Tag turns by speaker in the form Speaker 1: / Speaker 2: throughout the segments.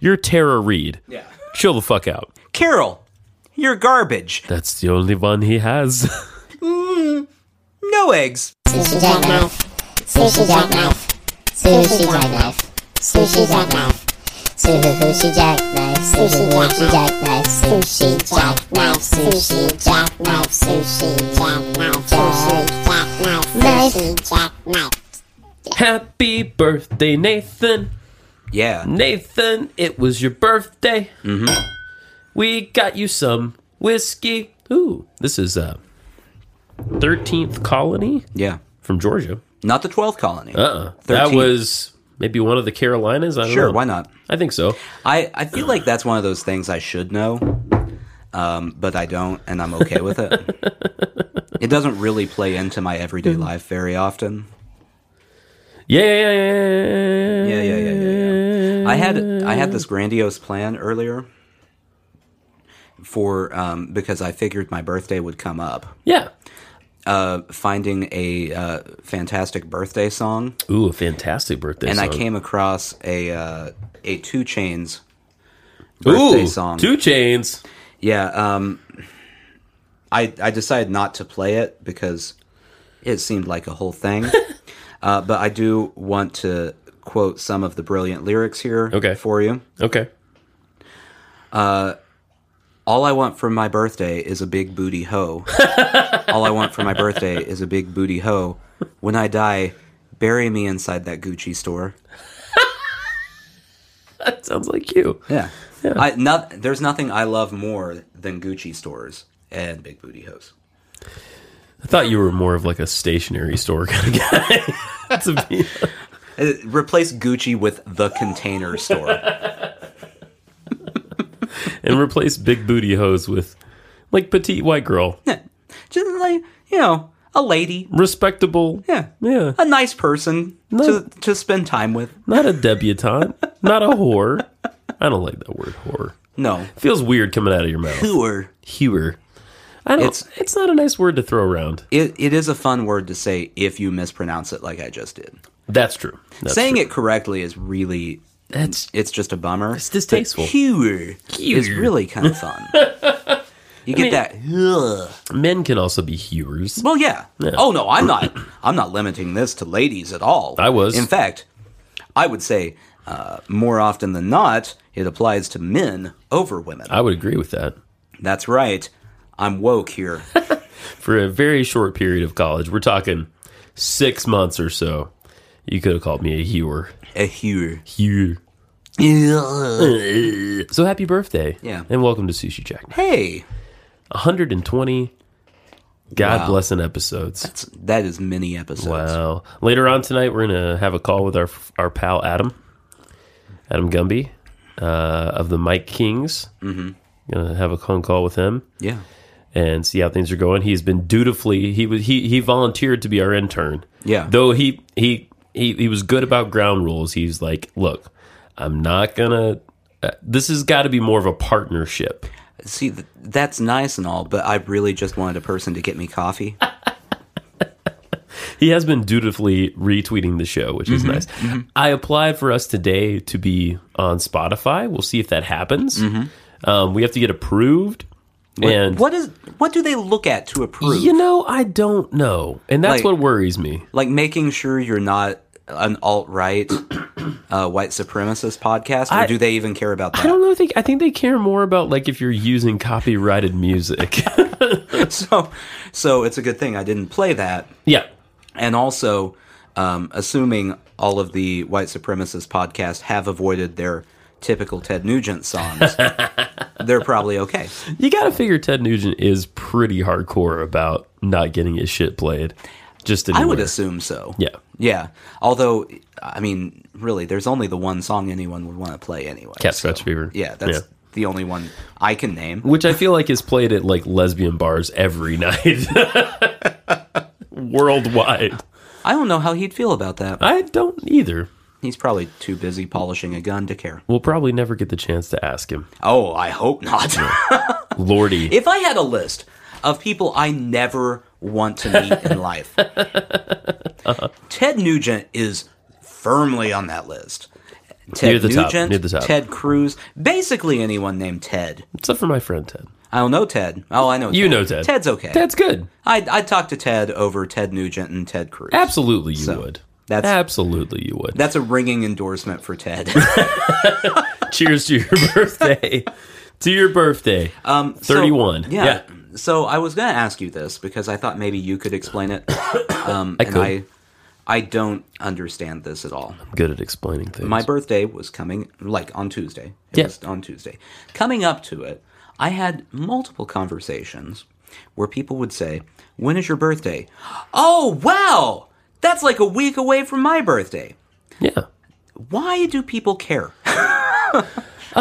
Speaker 1: You're Tara Reed.
Speaker 2: Yeah.
Speaker 1: Chill the fuck out.
Speaker 2: Carol, you're garbage.
Speaker 1: That's the only one he has.
Speaker 2: No eggs.
Speaker 3: Sushi jackknife. Sushi jackknife. Sushi jackknife. Sushi jackknife. Sushi jackknife. Sushi jackknife. Sushi jackknife. Sushi jackknife. Sushi jackknife. Sushi jackknife. Sushi jackknife.
Speaker 1: Happy birthday, Nathan.
Speaker 2: Yeah.
Speaker 1: Nathan, it was your birthday. Mm-hmm. We got you some whiskey. Ooh, this is uh, 13th Colony
Speaker 2: Yeah.
Speaker 1: from Georgia.
Speaker 2: Not the 12th colony.
Speaker 1: Uh-uh. That
Speaker 2: 13th.
Speaker 1: was maybe one of the Carolinas. I don't know.
Speaker 2: Sure, why not?
Speaker 1: I think so.
Speaker 2: I, I feel like that's one of those things I should know, um, but I don't, and I'm okay with it. it doesn't really play into my everyday life very often.
Speaker 1: Yeah, yeah, yeah,
Speaker 2: Yeah, yeah, yeah, yeah, yeah. I had I had this grandiose plan earlier for um, because I figured my birthday would come up.
Speaker 1: yeah.
Speaker 2: Uh, finding a uh, fantastic birthday song,
Speaker 1: Ooh, a fantastic birthday
Speaker 2: and I
Speaker 1: song.
Speaker 2: came across a uh, a Two Chains birthday
Speaker 1: Ooh,
Speaker 2: song.
Speaker 1: Two Chains.
Speaker 2: Yeah, um, I I decided not to play it because it seemed like a whole thing. uh, but I do want to quote some of the brilliant lyrics here
Speaker 1: Okay.
Speaker 2: for you.
Speaker 1: Okay.
Speaker 2: All I want for my birthday is a big booty hoe. All I want for my birthday is a big booty hoe. When I die, bury me inside that Gucci store.
Speaker 1: That sounds like you.
Speaker 2: Yeah. I, not, there's nothing I love more than Gucci stores and big booty hoes.
Speaker 1: I thought you were more of like a stationary store kind of guy. to be
Speaker 2: Uh, Replace Gucci with the container store.
Speaker 1: and replace big booty hose with like petite white girl,
Speaker 2: just like you know a lady
Speaker 1: respectable.
Speaker 2: yeah
Speaker 1: Yeah,
Speaker 2: a nice person to to spend time with
Speaker 1: not a debutante, not a whore. I don't like that word whore.
Speaker 2: no
Speaker 1: Feels weird coming out of your mouth.
Speaker 2: tour
Speaker 1: Hewer. I don't. It's,
Speaker 2: It's-
Speaker 1: not a nice word to throw around.
Speaker 2: it, it is a fun word to say if you mispronounce it like i just did
Speaker 1: That's true. That's
Speaker 2: saying it correctly is really
Speaker 1: That's
Speaker 2: it's just a bummer
Speaker 1: it's distasteful.
Speaker 2: tour is really kind of fun you get that ugh.
Speaker 1: Men can also be hewers.
Speaker 2: well yeah. oh no i'm not i'm not limiting this to ladies at all
Speaker 1: I was.
Speaker 2: in fact i would say uh, more often than not it applies to men over women
Speaker 1: I would agree with that.
Speaker 2: That's right. I'm woke here.
Speaker 1: For a very short period of college, we're talking six months or so. You could have called me a hewer.
Speaker 2: A Eh, here.
Speaker 1: Hewer. So happy birthday.
Speaker 2: Yeah.
Speaker 1: And welcome to Sushi Jack.
Speaker 2: Hey,
Speaker 1: 120 God
Speaker 2: Wow.
Speaker 1: blessing episodes.
Speaker 2: that's, that is many episodes.
Speaker 1: Wow. Later on tonight, we're going to have a call with our our pal Adam, Adam Gumby uh, of the Mike Kings. Mm-hmm. Going to have a phone call with him
Speaker 2: Yeah.
Speaker 1: and see how things are going. He's been dutifully he was he he volunteered to be our intern.
Speaker 2: Yeah.
Speaker 1: Though he he he he was good about ground rules. He's like, look, I'm not gonna. Uh, this has got to be more of a partnership.
Speaker 2: See, th- that's nice and all, but I really just wanted a person to get me coffee.
Speaker 1: He has been dutifully retweeting the show, which is nice. I applied for us today to be on Spotify. We'll see if that happens. Um, we have to get approved. and
Speaker 2: what is? What do they look at to approve?
Speaker 1: you know, I don't know, and that's
Speaker 2: Like-
Speaker 1: what worries me.
Speaker 2: Like making sure you're not an alt right uh, white supremacist podcast, or
Speaker 1: I-
Speaker 2: do they even care about
Speaker 1: I don't
Speaker 2: that?
Speaker 1: know. I think I think they care more about like if you're using copyrighted music.
Speaker 2: So, so it's a good thing I didn't play that.
Speaker 1: yeah,
Speaker 2: And also, um, assuming all of the white supremacist podcasts have avoided their typical Ted Nugent songs, they're probably okay.
Speaker 1: you got to figure Ted Nugent is pretty hardcore about not getting his shit played. Just
Speaker 2: I
Speaker 1: anywhere.
Speaker 2: would assume so.
Speaker 1: Yeah.
Speaker 2: Yeah. Although, I mean, really, there's only the one song anyone would want to play anyway.
Speaker 1: Cat
Speaker 2: so-
Speaker 1: scratch fever.
Speaker 2: Yeah, that's the only one I can name.
Speaker 1: which I feel like is played at like lesbian bars every night worldwide.
Speaker 2: I don't know how he'd feel about that.
Speaker 1: I don't either.
Speaker 2: He's probably too busy polishing a gun to care.
Speaker 1: We'll probably never get the chance to ask him.
Speaker 2: Oh, I hope not.
Speaker 1: Lordy,
Speaker 2: If I had a list of people I never want to meet in life, Ted Nugent is firmly on that list. Ted
Speaker 1: Near the top,
Speaker 2: Nugent,
Speaker 1: near the top.
Speaker 2: Ted Cruz, basically anyone named Ted.
Speaker 1: Except for my friend Ted.
Speaker 2: I don't know Ted. Oh, I know.
Speaker 1: You know Ted.
Speaker 2: Ted's okay.
Speaker 1: Ted's good.
Speaker 2: I'd, I'd talk to Ted over Ted Nugent and Ted Cruz.
Speaker 1: Absolutely, you
Speaker 2: So,
Speaker 1: would.
Speaker 2: that's-
Speaker 1: Absolutely, you would.
Speaker 2: That's a ringing endorsement for Ted.
Speaker 1: Cheers to your birthday. to your birthday.
Speaker 2: Um, so-
Speaker 1: 31.
Speaker 2: yeah.
Speaker 1: Yeah.
Speaker 2: So I was going to ask you this because I thought maybe you could explain it. Um, and
Speaker 1: could.
Speaker 2: I, I don't understand this at all.
Speaker 1: I'm good at explaining things.
Speaker 2: My birthday was coming, like on Tuesday. It
Speaker 1: Yeah.
Speaker 2: was on Tuesday. Coming up to it, I had multiple conversations where people would say, When is your birthday? Oh, wow! That's like a week away from my birthday.
Speaker 1: yeah.
Speaker 2: Why do people care?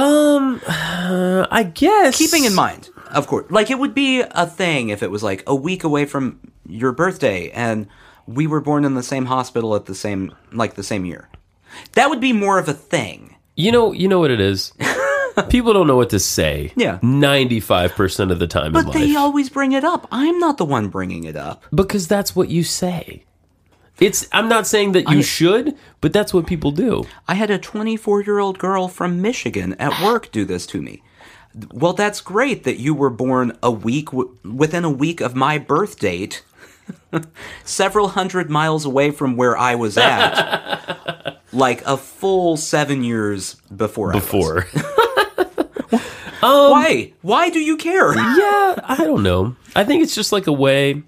Speaker 1: Uh, I guess.
Speaker 2: Keeping in mind, of course, like it would be a thing if it was like a week away from your birthday and we were born in the same hospital at the same, like the same year. That would be more of a thing.
Speaker 1: You know, you know what it is? People don't know what to say.
Speaker 2: Yeah.
Speaker 1: 95% of the time in
Speaker 2: But
Speaker 1: life.
Speaker 2: they always bring it up. I'm not the one bringing it up.
Speaker 1: because that's what you say. It's I'm not saying that you should, but that's what people do.
Speaker 2: I had a 24 year old girl from Michigan at work do this to me. Well, that's great that you were born a week w- within a week of my birth date, several hundred miles away from where I was at, like a full seven years before. I was.
Speaker 1: Before.
Speaker 2: why? Why do you care?
Speaker 1: yeah, I don't know. I think it's just like a way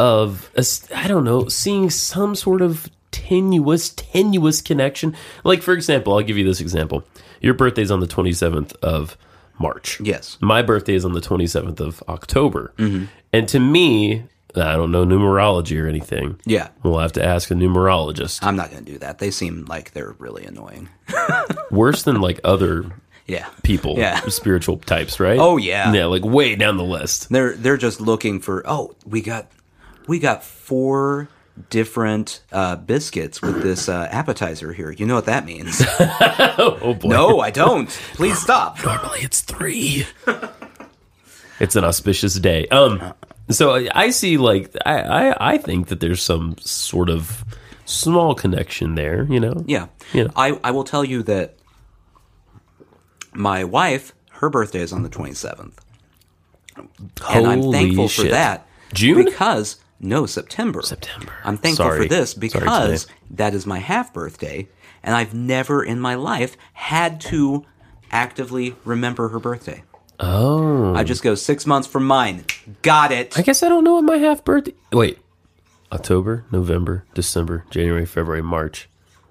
Speaker 1: of es- I don't know, seeing some sort of tenuous tenuous connection. Like for example, I'll give you this example. Your birthday's on the 27th of March.
Speaker 2: Yes. Mm-hmm.
Speaker 1: My birthday is on the 27th of October. And to me, I don't know numerology or anything.
Speaker 2: Yeah.
Speaker 1: We'll have to ask a numerologist.
Speaker 2: I'm not going to do that. They seem like they're really annoying.
Speaker 1: Worse than like other
Speaker 2: Yeah.
Speaker 1: people,
Speaker 2: Yeah.
Speaker 1: spiritual types, right?
Speaker 2: Oh, yeah.
Speaker 1: yeah, like way down the list.
Speaker 2: They're they're just looking for oh we got we got four different uh, biscuits with this uh, appetizer here. You know what that means?
Speaker 1: Oh boy,
Speaker 2: no, I don't. Please stop.
Speaker 1: normally it's three. it's an auspicious day.
Speaker 2: Uh-uh.
Speaker 1: Um, so I, I see, like, I, I, I think that there's some sort of small connection there. You know?
Speaker 2: Yeah.
Speaker 1: Yeah.
Speaker 2: I I will tell you that my wife her birthday is on the 27th. and I'm
Speaker 1: Holy
Speaker 2: thankful for
Speaker 1: shit.
Speaker 2: that.
Speaker 1: June?
Speaker 2: because no September.
Speaker 1: September.
Speaker 2: I'm thankful
Speaker 1: Sorry.
Speaker 2: for this
Speaker 1: Sorry, Janae.
Speaker 2: because that is my half birthday, and I've never in my life had to actively remember her birthday.
Speaker 1: Oh,
Speaker 2: I just go six months from mine. Got it.
Speaker 1: I guess I don't know what my half birthday. Wait, October, November, December, January, February, March,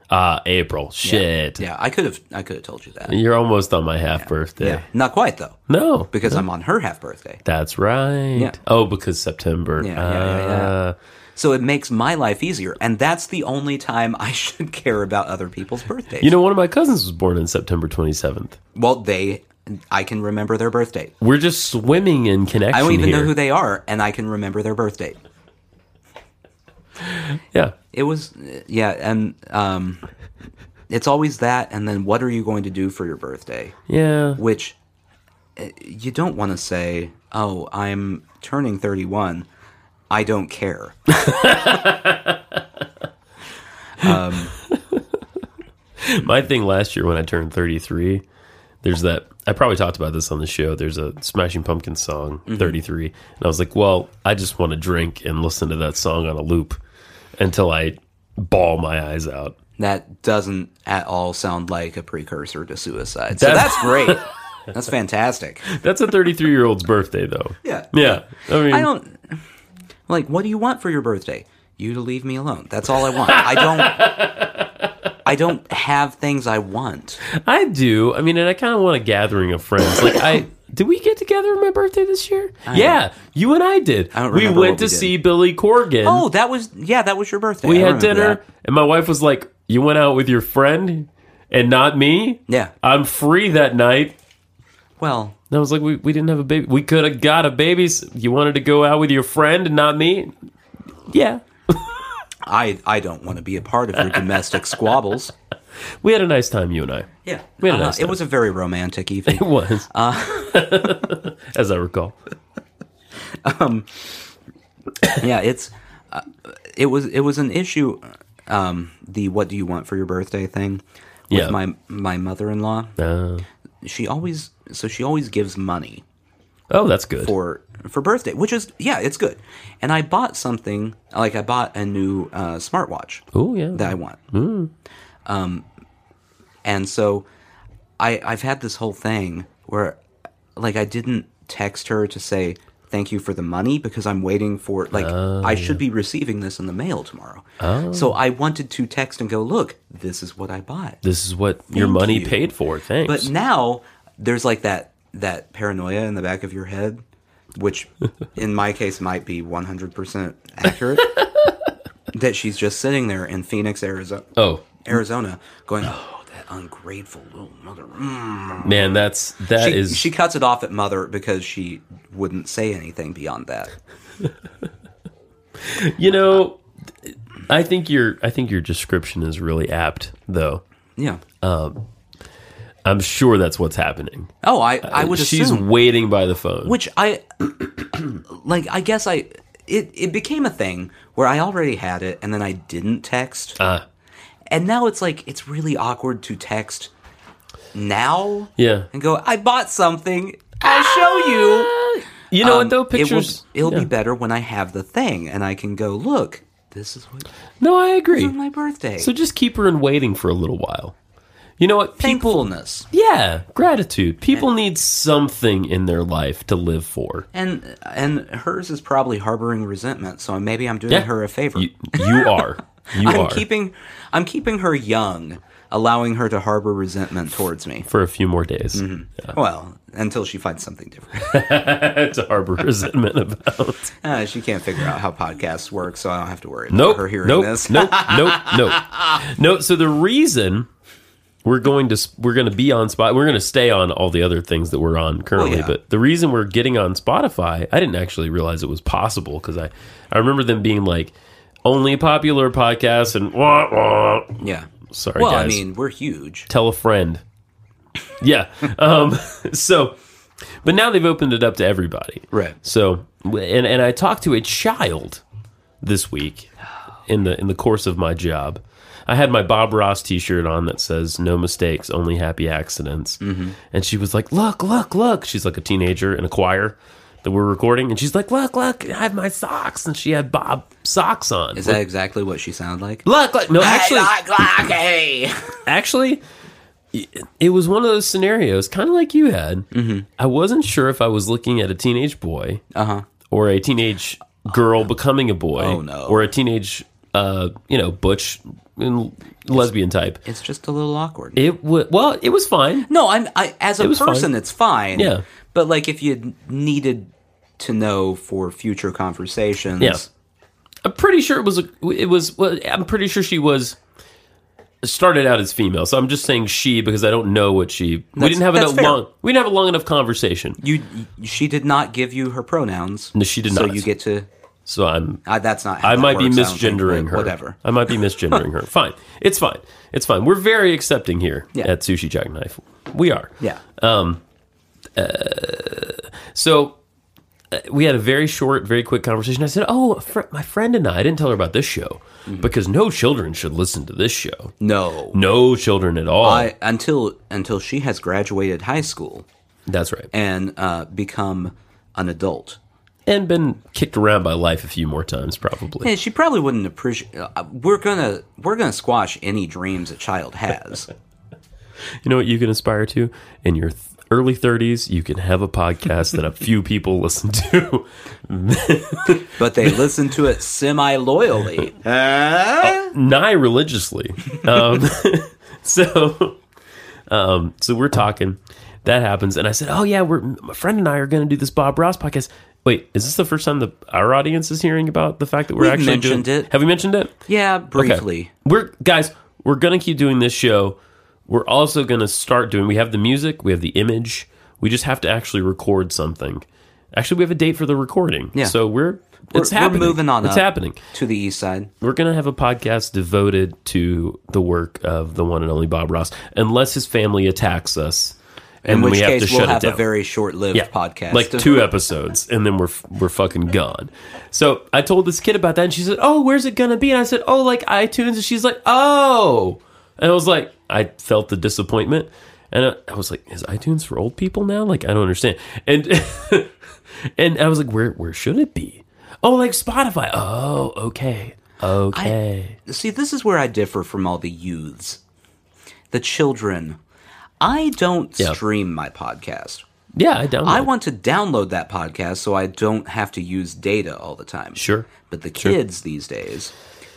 Speaker 1: ah, April. Shit.
Speaker 2: yeah, I could have. I could have told you that.
Speaker 1: You're almost on my half birthday.
Speaker 2: Yeah, not quite though,
Speaker 1: No,
Speaker 2: because I'm on her half birthday.
Speaker 1: That's right.
Speaker 2: Yeah.
Speaker 1: Oh, because September.
Speaker 2: Yeah, yeah, yeah, yeah.
Speaker 1: Ah.
Speaker 2: So it makes my life easier, and that's the only time I should care about other people's birthdays.
Speaker 1: You know, one of my cousins was born on September 27th.
Speaker 2: well, they, I can remember their birthday.
Speaker 1: We're just swimming in connection.
Speaker 2: I don't even know
Speaker 1: here.
Speaker 2: who they are, and I can remember their birthday.
Speaker 1: Yeah.
Speaker 2: It was, yeah, and um, it's always that. And then, what are you going to do for your birthday?
Speaker 1: Yeah.
Speaker 2: Which uh, you don't want to say. Oh, I'm turning 31. I don't care.
Speaker 1: My thing last year when I turned 33, there's that. I probably talked about this on the show. There's a Smashing Pumpkins song,
Speaker 2: Mm-hmm.
Speaker 1: 33. And I was like, well, I just want to drink and listen to that song on a loop until I bawl my eyes out.
Speaker 2: That doesn't at all sound like a precursor to suicide. So
Speaker 1: That's-
Speaker 2: that's great. That's fantastic.
Speaker 1: That's a 33 year old's birthday, though.
Speaker 2: Yeah.
Speaker 1: Yeah. I mean,
Speaker 2: I don't like what do you want for your birthday? You to leave me alone. That's all I want. I don't I don't have things I want.
Speaker 1: I do. I mean, and I kind of want a gathering of friends. Like, I did we get together on my birthday this year? yeah, you and I did.
Speaker 2: I don't
Speaker 1: we
Speaker 2: remember
Speaker 1: went
Speaker 2: what
Speaker 1: to
Speaker 2: we did.
Speaker 1: see Billy Corgan.
Speaker 2: Oh, that was yeah, that was your birthday.
Speaker 1: we
Speaker 2: I
Speaker 1: had
Speaker 2: remember
Speaker 1: dinner,
Speaker 2: that.
Speaker 1: and my wife was like, "You went out with your friend and not me."
Speaker 2: Yeah.
Speaker 1: I'm free that night.
Speaker 2: Well,
Speaker 1: And I was like, "We we didn't have a baby. We could have got a baby. S- You wanted to go out with your friend and not me." Yeah,
Speaker 2: I I don't want to be a part of your domestic squabbles.
Speaker 1: we had a nice time, you and I.
Speaker 2: Yeah. Uh-huh.
Speaker 1: We had a nice
Speaker 2: it
Speaker 1: time.
Speaker 2: was a very romantic evening.
Speaker 1: It was,
Speaker 2: Uh,
Speaker 1: as I recall.
Speaker 2: yeah, it's uh, it was it was an issue um the what do you want for your birthday thing with
Speaker 1: Yeah.
Speaker 2: my my mother in law.
Speaker 1: Uh,
Speaker 2: She always so she always gives money
Speaker 1: oh, that's good.
Speaker 2: for for birthday, which is yeah, it's good. And I bought something like I bought a new uh, smartwatch
Speaker 1: oh yeah.
Speaker 2: that I want. Um, and so I I've had this whole thing where like I didn't text her to say thank you for the money because I'm waiting for like I should be receiving this in the mail tomorrow. So I wanted to text and go, look, this is what I bought.
Speaker 1: this is what your money
Speaker 2: you.
Speaker 1: paid for. Thanks.
Speaker 2: But now there's like that that paranoia in the back of your head, which in my case might be 100% accurate. that she's just sitting there in Phoenix, Arizona,
Speaker 1: oh
Speaker 2: Arizona, going, "Oh, that ungrateful little mother." Mm."
Speaker 1: man, that's that
Speaker 2: She,
Speaker 1: is
Speaker 2: she cuts it off at mother because she wouldn't say anything beyond that.
Speaker 1: you know. I think your I think your description is really apt though.
Speaker 2: Yeah.
Speaker 1: Uh, I'm sure that's what's happening.
Speaker 2: oh, I I would
Speaker 1: uh, She's
Speaker 2: assume
Speaker 1: waiting by the phone.
Speaker 2: which I like. I guess I it it became a thing where I already had it and then I didn't text.
Speaker 1: Ah,
Speaker 2: And now it's like it's really awkward to text now
Speaker 1: yeah.
Speaker 2: and go, I bought something. I'll show you.
Speaker 1: You know what
Speaker 2: Um,
Speaker 1: though? Pictures.
Speaker 2: It will, it'll
Speaker 1: yeah.
Speaker 2: be better when I have the thing and I can go, look, this is what
Speaker 1: No, I agree.
Speaker 2: on my birthday.
Speaker 1: So just keep her in waiting for a little while. You know what? People,
Speaker 2: Thankfulness.
Speaker 1: yeah, gratitude. People need something in their life to live for.
Speaker 2: And and hers is probably harboring resentment, so maybe I'm doing
Speaker 1: Yeah.
Speaker 2: her a favor.
Speaker 1: You, you are. You
Speaker 2: I'm
Speaker 1: are.
Speaker 2: keeping I'm keeping her young, allowing her to harbor resentment towards me.
Speaker 1: for a few more days
Speaker 2: Mm-hmm. Well, until she finds something different.
Speaker 1: to harbor resentment about.
Speaker 2: Uh, she can't figure out how podcasts work, so I don't have to worry about
Speaker 1: Nope.
Speaker 2: her hearing
Speaker 1: nope,
Speaker 2: this.
Speaker 1: nope. Nope. Nope. No. So the reason we're going to we're going to be on spot. We're going to stay on all the other things that we're on currently.
Speaker 2: Oh, yeah.
Speaker 1: But the reason we're getting on Spotify, I didn't actually realize it was possible because I I remember them being like only popular podcasts and wah, wah.
Speaker 2: Yeah.
Speaker 1: sorry
Speaker 2: Well,
Speaker 1: guys,
Speaker 2: I mean, we're huge.
Speaker 1: tell a friend. Yeah. um. So, but now they've opened it up to everybody.
Speaker 2: Right.
Speaker 1: So, and and I talked to a child this week in the in the course of my job. I had my Bob Ross T-shirt on that says "No mistakes, only happy accidents," and she was like, "Look, look, look!" She's like a teenager in a choir that we're recording, and she's like, "Look, look! I have my socks," and she had Bob socks on.
Speaker 2: Is that exactly what she sounded like?
Speaker 1: look, look? No, actually,
Speaker 2: Glocky.
Speaker 1: actually it- it was one of those scenarios kind of like you had i wasn't sure if i was looking at a teenage boy
Speaker 2: Mm-hmm. Uh-huh.
Speaker 1: or a teenage girl becoming a boy
Speaker 2: Oh, no.
Speaker 1: or a teenage uh you know butch and lesbian type
Speaker 2: It's just a little awkward.
Speaker 1: it was well it was fine
Speaker 2: no, I'm I, as a
Speaker 1: was
Speaker 2: person,
Speaker 1: fine.
Speaker 2: it's fine.
Speaker 1: Yeah.
Speaker 2: But like, if you needed to know for future conversations,
Speaker 1: Yeah. i'm pretty sure it was a it was well, i'm pretty sure she was started out as female so i'm just saying she because i don't know what she we
Speaker 2: That's-
Speaker 1: didn't have
Speaker 2: that's
Speaker 1: enough
Speaker 2: fair.
Speaker 1: long we didn't have a long enough conversation
Speaker 2: you she did not give you her pronouns.
Speaker 1: No, she did
Speaker 2: so
Speaker 1: not.
Speaker 2: you get to.
Speaker 1: so i'm
Speaker 2: Uh, that's not. How
Speaker 1: I
Speaker 2: that
Speaker 1: might be
Speaker 2: works, I don't think,
Speaker 1: misgendering
Speaker 2: but
Speaker 1: her.
Speaker 2: Whatever.
Speaker 1: I might be misgendering her. Fine. It's fine. It's fine. We're very accepting here
Speaker 2: Yeah.
Speaker 1: at Sushi Jackknife. We are.
Speaker 2: Yeah.
Speaker 1: So uh, we had a very short, very quick conversation. I said, "Oh, a fr- my friend and I." I didn't tell her about this show
Speaker 2: Mm-hmm.
Speaker 1: because no children should listen to this show.
Speaker 2: no.
Speaker 1: No children at all.
Speaker 2: I, until until she has graduated high school
Speaker 1: That's right.
Speaker 2: and uh, become an adult.
Speaker 1: And been kicked around by life a few more times, probably.
Speaker 2: Yeah, she probably wouldn't appreciate. Uh, we're gonna we're gonna squash any dreams a child has.
Speaker 1: You know what you can aspire to in your th- early 30s? You can have a podcast that a few people listen to.
Speaker 2: but they listen to it Oh, semi loyally.
Speaker 1: nigh religiously. Um, so, um, so we're talking. That happens, and I said, "Oh yeah, we're my friend and I are going to do this Bob Ross podcast." Wait, is this the first time the our audience is hearing about the fact that we're
Speaker 2: We've
Speaker 1: actually
Speaker 2: mentioned
Speaker 1: doing,
Speaker 2: it.
Speaker 1: Have we mentioned it?
Speaker 2: yeah,
Speaker 1: Okay.
Speaker 2: briefly.
Speaker 1: We're guys. We're gonna keep doing this show. We're also gonna start doing. We have the music. We have the image. We just have to actually record something. Actually, we have a date for the recording.
Speaker 2: Yeah.
Speaker 1: So we're, it's
Speaker 2: we're
Speaker 1: happening.
Speaker 2: moving on
Speaker 1: It's
Speaker 2: up.
Speaker 1: happening
Speaker 2: To the east side.
Speaker 1: we're gonna have a podcast devoted to the work of the one and only Bob Ross, unless his family attacks us, and
Speaker 2: In
Speaker 1: then we
Speaker 2: which
Speaker 1: have
Speaker 2: case,
Speaker 1: to
Speaker 2: we'll
Speaker 1: shut
Speaker 2: have
Speaker 1: it down.
Speaker 2: a very short lived
Speaker 1: yeah,
Speaker 2: podcast.
Speaker 1: like two episodes, and then we're f- we're fucking gone. So I told this kid about that, and she said, "Oh, where's it gonna be?" And I said, "Oh, like iTunes," and she's like, "Oh," and I was like, I felt the disappointment, and I, I was like, "Is iTunes for old people now?" Like, I don't understand. And and I was like, "Where where should it be?" Oh, like Spotify. Oh, okay, okay.
Speaker 2: See, this is where I differ from all the youths, the children. I don't
Speaker 1: Yeah.
Speaker 2: stream my podcast.
Speaker 1: yeah, I downloaded.
Speaker 2: I want to download that podcast so I don't have to use data all the time.
Speaker 1: Sure.
Speaker 2: But the kids these days,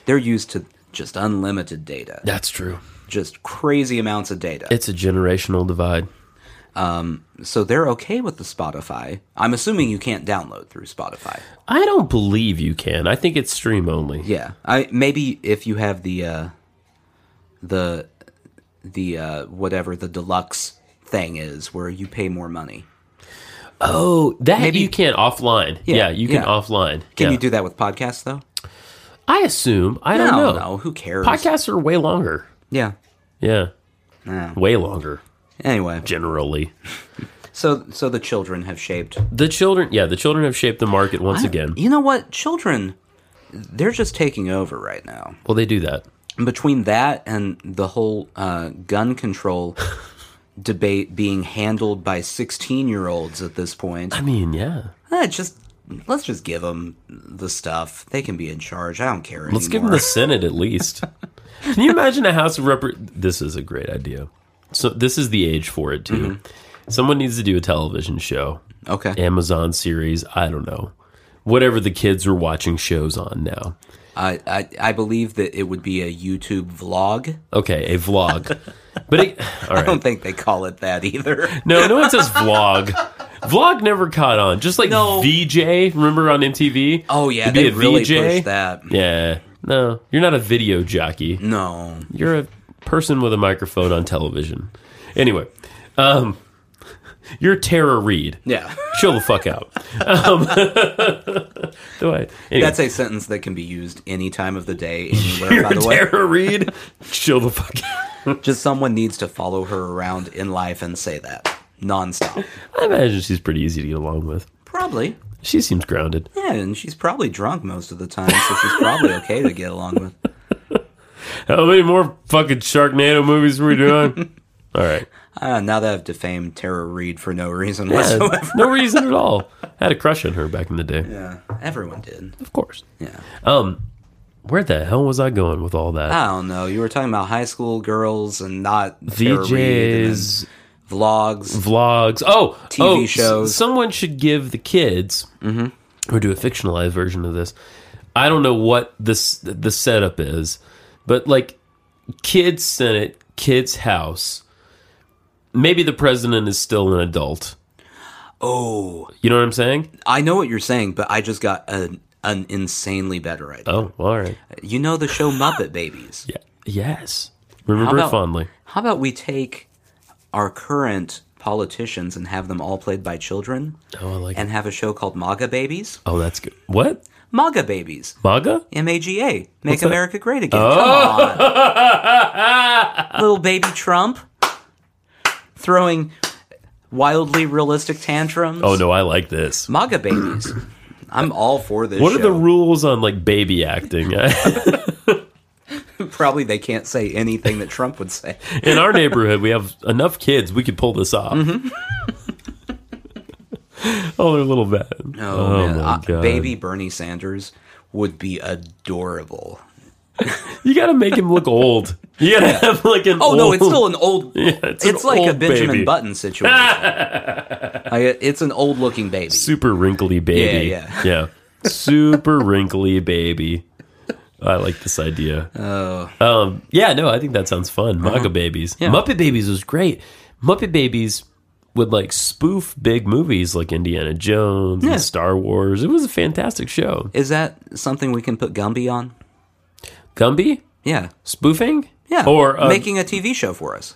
Speaker 2: they're used to just unlimited data,
Speaker 1: That's true.
Speaker 2: just crazy amounts of data.
Speaker 1: It's a generational divide.
Speaker 2: so they're okay with the Spotify. I'm assuming you can't download through Spotify.
Speaker 1: I don't believe you can. I think it's stream only.
Speaker 2: Yeah. I maybe if you have the uh the the uh whatever the deluxe thing is where you pay more money.
Speaker 1: Oh, that
Speaker 2: Maybe-
Speaker 1: you can offline. Yeah, you can
Speaker 2: yeah.
Speaker 1: offline.
Speaker 2: Can
Speaker 1: Yeah.
Speaker 2: you do that with podcasts though?
Speaker 1: I assume. I don't
Speaker 2: no,
Speaker 1: know.
Speaker 2: no, who cares?
Speaker 1: Podcasts are way longer.
Speaker 2: Yeah.
Speaker 1: Yeah,
Speaker 2: Yeah.
Speaker 1: way longer
Speaker 2: Anyway,
Speaker 1: generally.
Speaker 2: so so the children have shaped
Speaker 1: The children, yeah, the children have shaped the market once
Speaker 2: I-
Speaker 1: again.
Speaker 2: You know what? Children, they're just taking over right now.
Speaker 1: Well, they do that.
Speaker 2: And Between that and the whole uh, gun control debate being handled by 16 year olds at this point,
Speaker 1: I mean, yeah.
Speaker 2: eh, just. Let's just give them the stuff. They can be in charge. I don't care.
Speaker 1: Let's give them
Speaker 2: anymore.
Speaker 1: the Senate at least. Can you imagine a House of Rep? This is a great idea. So this is the age for it too.
Speaker 2: Mm-hmm.
Speaker 1: Someone needs to do a television show,
Speaker 2: Okay.
Speaker 1: Amazon series. I don't know, whatever the kids are watching shows on now.
Speaker 2: I, I I believe that it would be a YouTube vlog.
Speaker 1: Okay, a vlog. But it, all
Speaker 2: I don't
Speaker 1: right,
Speaker 2: think they call it that either.
Speaker 1: no, no one says vlog. Vlog never caught on. Just like
Speaker 2: No.
Speaker 1: VJ, remember on MTV?
Speaker 2: Oh yeah,
Speaker 1: You'd be
Speaker 2: they
Speaker 1: a
Speaker 2: really
Speaker 1: VJ?
Speaker 2: pushed that.
Speaker 1: Yeah, no, you're not a video jockey.
Speaker 2: No.
Speaker 1: You're a person with a microphone on television. Anyway, um, you're Tara Reid.
Speaker 2: Yeah.
Speaker 1: Chill the fuck out. Um, do I? Anyway,
Speaker 2: That's a sentence that can be used any time of the day, anywhere,
Speaker 1: you're
Speaker 2: by the way.
Speaker 1: Tara Reid. Chill the fuck out.
Speaker 2: Just someone needs to follow her around in life and say that nonstop.
Speaker 1: I imagine she's pretty easy to get along with.
Speaker 2: Probably.
Speaker 1: She seems grounded.
Speaker 2: Yeah, and she's probably drunk most of the time, so she's probably okay to get along with.
Speaker 1: How many more fucking Sharknado movies are we doing? All right.
Speaker 2: Uh, now that I've defamed Tara Reid for no reason
Speaker 1: Yeah,
Speaker 2: whatsoever.
Speaker 1: no reason at all. I had a crush on her back in the day.
Speaker 2: Yeah, everyone did.
Speaker 1: Of course.
Speaker 2: Yeah.
Speaker 1: Um, where the hell was I going with all that?
Speaker 2: I don't know. You were talking about high school girls and not Tara Reid and
Speaker 1: VJs,
Speaker 2: vlogs.
Speaker 1: vlogs. Oh,
Speaker 2: TV
Speaker 1: oh, s-
Speaker 2: shows. Mm-hmm.
Speaker 1: someone should give the kids or do a fictionalized version of this. I don't know what this the setup is, but like kids senate, kids house. Maybe the president is still an adult.
Speaker 2: Oh,
Speaker 1: You know what I'm saying?
Speaker 2: I know what you're saying, but I just got an an insanely better idea.
Speaker 1: Oh, all right.
Speaker 2: You know the show Muppet Babies.
Speaker 1: Yeah. Uh, Yes. Remember it
Speaker 2: about-
Speaker 1: fondly.
Speaker 2: How about we take our current politicians and have them all played by children
Speaker 1: Oh, I like.
Speaker 2: and have a show called MAGA Babies?
Speaker 1: oh, that's good. What
Speaker 2: MAGA Babies.
Speaker 1: MAGA?
Speaker 2: M A G A. Make America Great Again.
Speaker 1: Oh.
Speaker 2: Come on. Little baby Trump throwing wildly realistic tantrums.
Speaker 1: Oh no, I like this.
Speaker 2: MAGA Babies. I'm all for this
Speaker 1: What are
Speaker 2: show.
Speaker 1: the rules on like baby acting?
Speaker 2: Probably they can't say anything that Trump would say.
Speaker 1: in our neighborhood, we have enough kids. We could pull this off. oh, they're a little bad.
Speaker 2: Oh, man.
Speaker 1: my
Speaker 2: Uh,
Speaker 1: God.
Speaker 2: baby Bernie Sanders would be adorable.
Speaker 1: You got to make him look old. You got to have like an.
Speaker 2: Oh no, it's
Speaker 1: old-
Speaker 2: still an old.
Speaker 1: Yeah, it's
Speaker 2: it's
Speaker 1: an
Speaker 2: like a
Speaker 1: old
Speaker 2: Benjamin
Speaker 1: baby.
Speaker 2: Button situation. Like, it's an old-looking baby.
Speaker 1: super wrinkly baby.
Speaker 2: Yeah,
Speaker 1: yeah. super wrinkly baby. I like this idea.
Speaker 2: Oh.
Speaker 1: Um, yeah, no, I think that sounds fun.
Speaker 2: Uh-huh.
Speaker 1: MAGA babies. Muppet Babies was great. Muppet Babies would like spoof big movies like Indiana Jones
Speaker 2: Yeah.
Speaker 1: and Star Wars. It was a fantastic show.
Speaker 2: Is that something we can put Gumby on?
Speaker 1: Gumby
Speaker 2: Yeah,
Speaker 1: spoofing?
Speaker 2: yeah.
Speaker 1: Or um,
Speaker 2: making a TV show for us?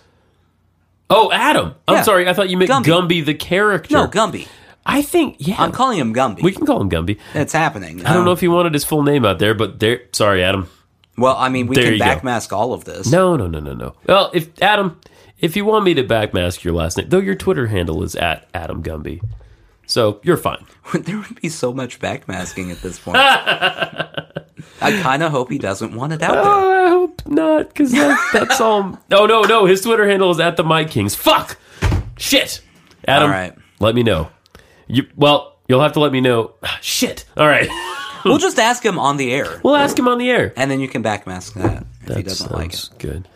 Speaker 1: Oh, Adam. I'm
Speaker 2: Yeah.
Speaker 1: sorry. I thought you meant
Speaker 2: Gumby.
Speaker 1: Gumby, the character.
Speaker 2: No, Gumby.
Speaker 1: I think yeah.
Speaker 2: I'm Oh. calling him Gumby.
Speaker 1: we can call him Gumby.
Speaker 2: it's happening.
Speaker 1: I don't know if he wanted his full name out there, but there. Sorry, Adam.
Speaker 2: Well, I mean, we
Speaker 1: There
Speaker 2: can
Speaker 1: you go.
Speaker 2: backmask all of this.
Speaker 1: No, no, no, no, no. Well, if Adam, if you want me to backmask your last name, though your Twitter handle is at Adam Gumby, so you're fine.
Speaker 2: there would be so much
Speaker 1: Um,
Speaker 2: backmasking at this point. I kind of hope he doesn't want it out there.
Speaker 1: Oh, I hope not because that, that's all. No, no, no. His Twitter handle is at the Mike Kings. Fuck, shit. Adam,
Speaker 2: All right.
Speaker 1: let me know. You well, you'll have to let me know. Shit. All right,
Speaker 2: We'll just ask him on the air,
Speaker 1: we'll ask him on the air.
Speaker 2: and then you can backmask that if he doesn't like it.
Speaker 1: sounds Good.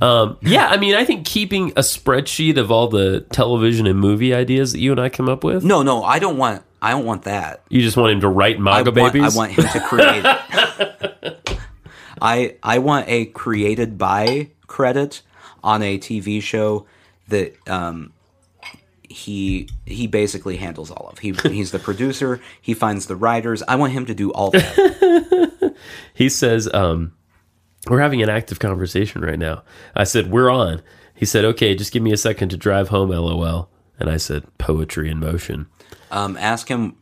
Speaker 1: Um, yeah, I mean, I think keeping a spreadsheet of all the television and movie ideas that you and I come up with.
Speaker 2: No, no, I don't want. I don't want that.
Speaker 1: You just want him to write
Speaker 2: I
Speaker 1: MAGA
Speaker 2: want, I
Speaker 1: babies.
Speaker 2: want him to create. I I want a created by credit on a TV show that um, he he basically handles all of. He he's the producer. He finds the writers. I want him to do all that.
Speaker 1: He says, um, "We're having an active conversation right now." I said, "We're on." He said, "Okay, just give me a second to drive home." LOL. And I said, "Poetry in motion."
Speaker 2: Um, ask him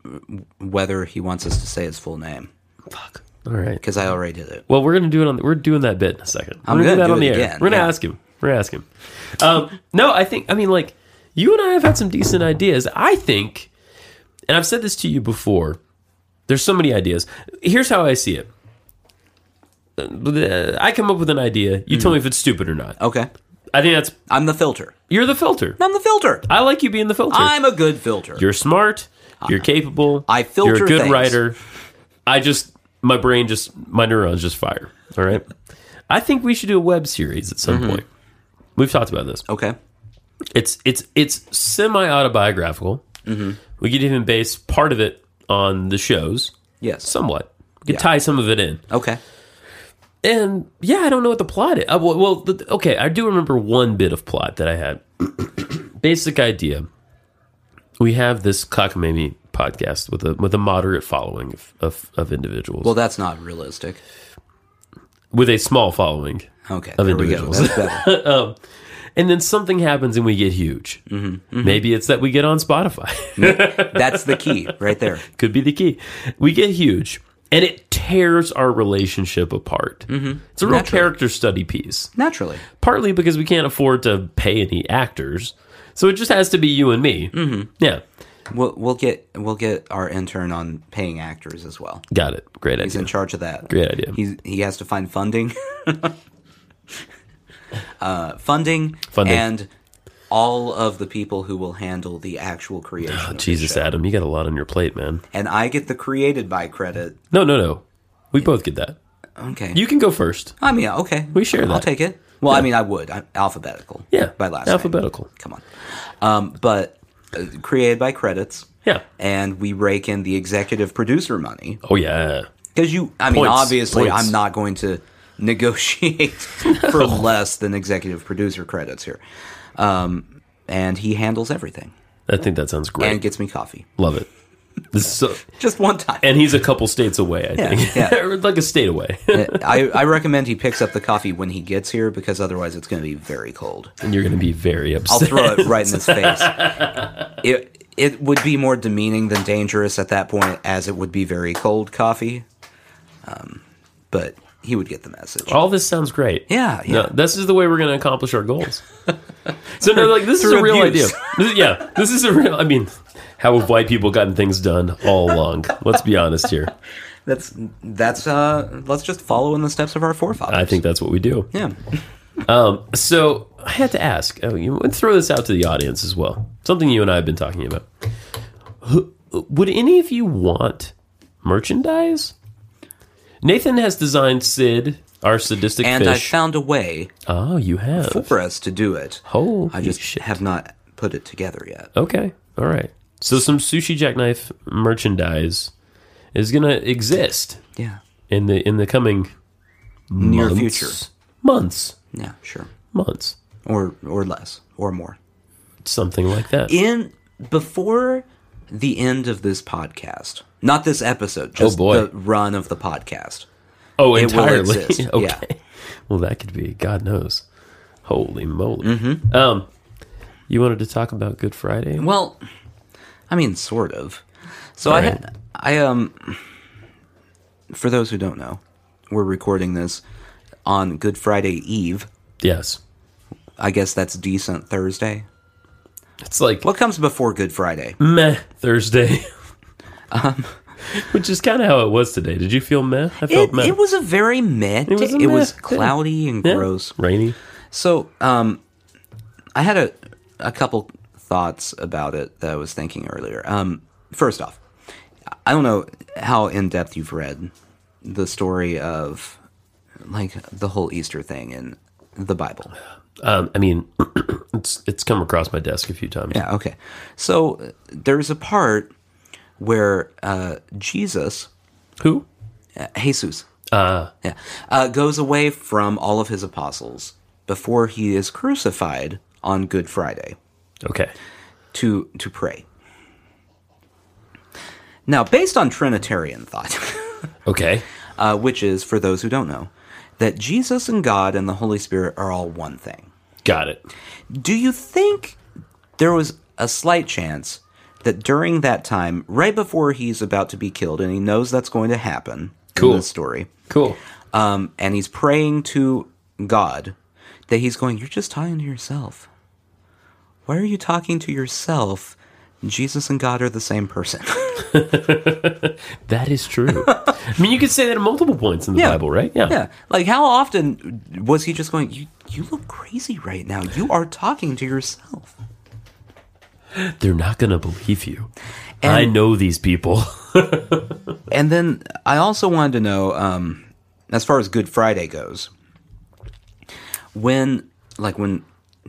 Speaker 2: whether he wants us to say his full name
Speaker 1: Fuck. All right.
Speaker 2: because I already did it.
Speaker 1: Well, we're gonna do it on. We're doing that bit in a second. We're
Speaker 2: I'm
Speaker 1: do
Speaker 2: gonna
Speaker 1: that
Speaker 2: do
Speaker 1: on
Speaker 2: it
Speaker 1: the air.
Speaker 2: again,
Speaker 1: We're gonna
Speaker 2: yeah.
Speaker 1: ask him. We're gonna ask him. Um, no, I think. I mean, like you and I have had some decent ideas. I think, and I've said this to you before. There's so many ideas. Here's how I see it. Uh, I come up with an idea. You
Speaker 2: Mm-hmm.
Speaker 1: tell me if it's stupid or not.
Speaker 2: Okay,
Speaker 1: I think that's
Speaker 2: I'm the filter.
Speaker 1: You're the filter.
Speaker 2: I'm the filter.
Speaker 1: I like you being the filter.
Speaker 2: I'm a good filter.
Speaker 1: you're smart. You're capable.
Speaker 2: I filter
Speaker 1: You're a good
Speaker 2: things.
Speaker 1: writer. I just my brain just my neurons just fire. All right. I think we should do a web series at some point. We've talked about this.
Speaker 2: Mm-hmm. okay.
Speaker 1: It's it's it's semi autobiographical.
Speaker 2: Mm-hmm.
Speaker 1: We could even base part of it on the shows
Speaker 2: Yes.
Speaker 1: somewhat. We could
Speaker 2: Yeah.
Speaker 1: tie some of it in.
Speaker 2: okay.
Speaker 1: And yeah, I don't know what the plot is. Uh, well, well, the, okay, I do remember one bit of plot that I had. Basic idea: we have this cockamamie podcast with a with a moderate following of of, of individuals,
Speaker 2: Well, that's not realistic.
Speaker 1: with a small following,
Speaker 2: Okay.
Speaker 1: Of
Speaker 2: there we go.
Speaker 1: individuals.
Speaker 2: That's better.
Speaker 1: and then something happens and we get huge.
Speaker 2: Mm-hmm,
Speaker 1: Maybe it's that we get on Spotify.
Speaker 2: That's the key right there.
Speaker 1: Could be the key. We get huge, and it tears our relationship apart. It's a real
Speaker 2: Mm-hmm. Naturally.
Speaker 1: character study piece.
Speaker 2: Naturally.
Speaker 1: partly because we can't afford to pay any actors. So it just has to be you and me. Mm-hmm. Yeah,
Speaker 2: We'll we'll get we'll get our intern on paying actors as well.
Speaker 1: got it. Great
Speaker 2: He's
Speaker 1: idea.
Speaker 2: in charge of that.
Speaker 1: Great idea.
Speaker 2: He's he has to find funding. uh, funding,
Speaker 1: Funding.
Speaker 2: and all of the people who will handle the actual creation. of the
Speaker 1: Oh, Jesus,
Speaker 2: show.
Speaker 1: Adam, you got a lot on your plate, man.
Speaker 2: And I get the created by credit.
Speaker 1: No, no, no. We both get that.
Speaker 2: Okay.
Speaker 1: You can go first.
Speaker 2: I mean, okay.
Speaker 1: We share
Speaker 2: I'll
Speaker 1: that.
Speaker 2: take it. Well, I mean, I would. I'm alphabetical.
Speaker 1: Yeah,
Speaker 2: By last name.
Speaker 1: alphabetical.
Speaker 2: Come on. Um, but uh, created by credits.
Speaker 1: Yeah.
Speaker 2: and we rake in the executive producer money
Speaker 1: Oh yeah.
Speaker 2: because you i mean
Speaker 1: Points,
Speaker 2: obviously
Speaker 1: points.
Speaker 2: i'm not going to negotiate for less than executive producer credits here um, and he handles everything
Speaker 1: I think that sounds great.
Speaker 2: and gets me coffee
Speaker 1: Love it. This is so,
Speaker 2: just one time
Speaker 1: and he's a couple states away. I think,
Speaker 2: yeah.
Speaker 1: Or like a state away.
Speaker 2: Uh, I, I recommend he picks up the coffee when he gets here because otherwise it's going to be very cold
Speaker 1: and you're going to be very
Speaker 2: i'll
Speaker 1: upset.
Speaker 2: throw it right in his face it, it would be more demeaning than dangerous at that point as it would be very cold coffee um, but he would get the message
Speaker 1: All this sounds great.
Speaker 2: Yeah, yeah.
Speaker 1: No, this is the way we're going to accomplish our goals. so no, like this is a
Speaker 2: Through
Speaker 1: real idea.
Speaker 2: abuse.
Speaker 1: This is- yeah, this is a real. I mean, how have white people gotten things done all along? Let's be honest here.
Speaker 2: That's that's uh let's just follow in the steps of our forefathers.
Speaker 1: I think that's what we do.
Speaker 2: yeah.
Speaker 1: So I had to ask. Oh, you let's throw this out to the audience as well. Something you and I have been talking about. Who- Would any of you want merchandise? Nathan has designed Sid, our sadistic
Speaker 2: And I
Speaker 1: fish.
Speaker 2: found a way
Speaker 1: oh, you have.
Speaker 2: for us to do it.
Speaker 1: Holy
Speaker 2: I just
Speaker 1: shit.
Speaker 2: have not put it together yet.
Speaker 1: Okay. All right. So some sushi jackknife merchandise is going to exist
Speaker 2: Yeah.
Speaker 1: in the in the coming
Speaker 2: Near
Speaker 1: months,
Speaker 2: future.
Speaker 1: Months.
Speaker 2: Yeah, sure.
Speaker 1: Months.
Speaker 2: Or or less or more.
Speaker 1: Something like that.
Speaker 2: In before the end of this podcast. Not this episode,
Speaker 1: Oh,
Speaker 2: just
Speaker 1: boy.
Speaker 2: the run of the podcast.
Speaker 1: oh,
Speaker 2: it will
Speaker 1: entirely.
Speaker 2: exist,
Speaker 1: okay.
Speaker 2: yeah.
Speaker 1: Well, that could be God knows. Holy moly.
Speaker 2: Mm-hmm.
Speaker 1: Um you wanted to talk about Good Friday?
Speaker 2: Well, I mean sort of. So I
Speaker 1: Alright.
Speaker 2: had, I um for those who don't know, we're recording this on Good Friday Eve.
Speaker 1: Yes.
Speaker 2: I guess that's decent Thursday.
Speaker 1: It's like
Speaker 2: What comes before Good Friday? Um,
Speaker 1: meh Thursday. Which is kind of how it was today. Did you feel meh? I felt
Speaker 2: It,
Speaker 1: meh.
Speaker 2: it was a very meh.
Speaker 1: It was a
Speaker 2: day. It was
Speaker 1: meh day.
Speaker 2: cloudy and
Speaker 1: Yeah.
Speaker 2: gross.
Speaker 1: rainy.
Speaker 2: So, um, I had a a couple thoughts about it that I was thinking earlier. Um, first off, I don't know how in depth you've read the story of like the whole Easter thing in the Bible.
Speaker 1: Um, I mean, it's it's come across my desk a few times.
Speaker 2: Yeah, okay. So uh, there's a part where uh, Jesus,
Speaker 1: Who?
Speaker 2: uh, Jesus, yeah, uh, goes away from all of his apostles before he is crucified on Good Friday.
Speaker 1: Okay.
Speaker 2: to to pray. Now, based on Trinitarian thought,
Speaker 1: Okay.
Speaker 2: uh, which is for those who don't know, that Jesus and God and the Holy Spirit are all one thing.
Speaker 1: Got it.
Speaker 2: Do you think there was a slight chance that during that time, right before he's about to be killed, and he knows that's going to happen
Speaker 1: Cool.
Speaker 2: in this story,
Speaker 1: Cool.
Speaker 2: um, and he's praying to God that he's going, You're just talking to yourself. Why are you talking to yourself? Jesus and God are the same person.
Speaker 1: That is true. I mean, you could say that at multiple points in the
Speaker 2: Yeah.
Speaker 1: Bible, right? Yeah.
Speaker 2: yeah. Like, how often was he just going, you, you look crazy right now. You are talking to yourself.
Speaker 1: They're not going to believe you.
Speaker 2: And-
Speaker 1: I know these people.
Speaker 2: And then I also wanted to know, um, as far as Good Friday goes, when, like, when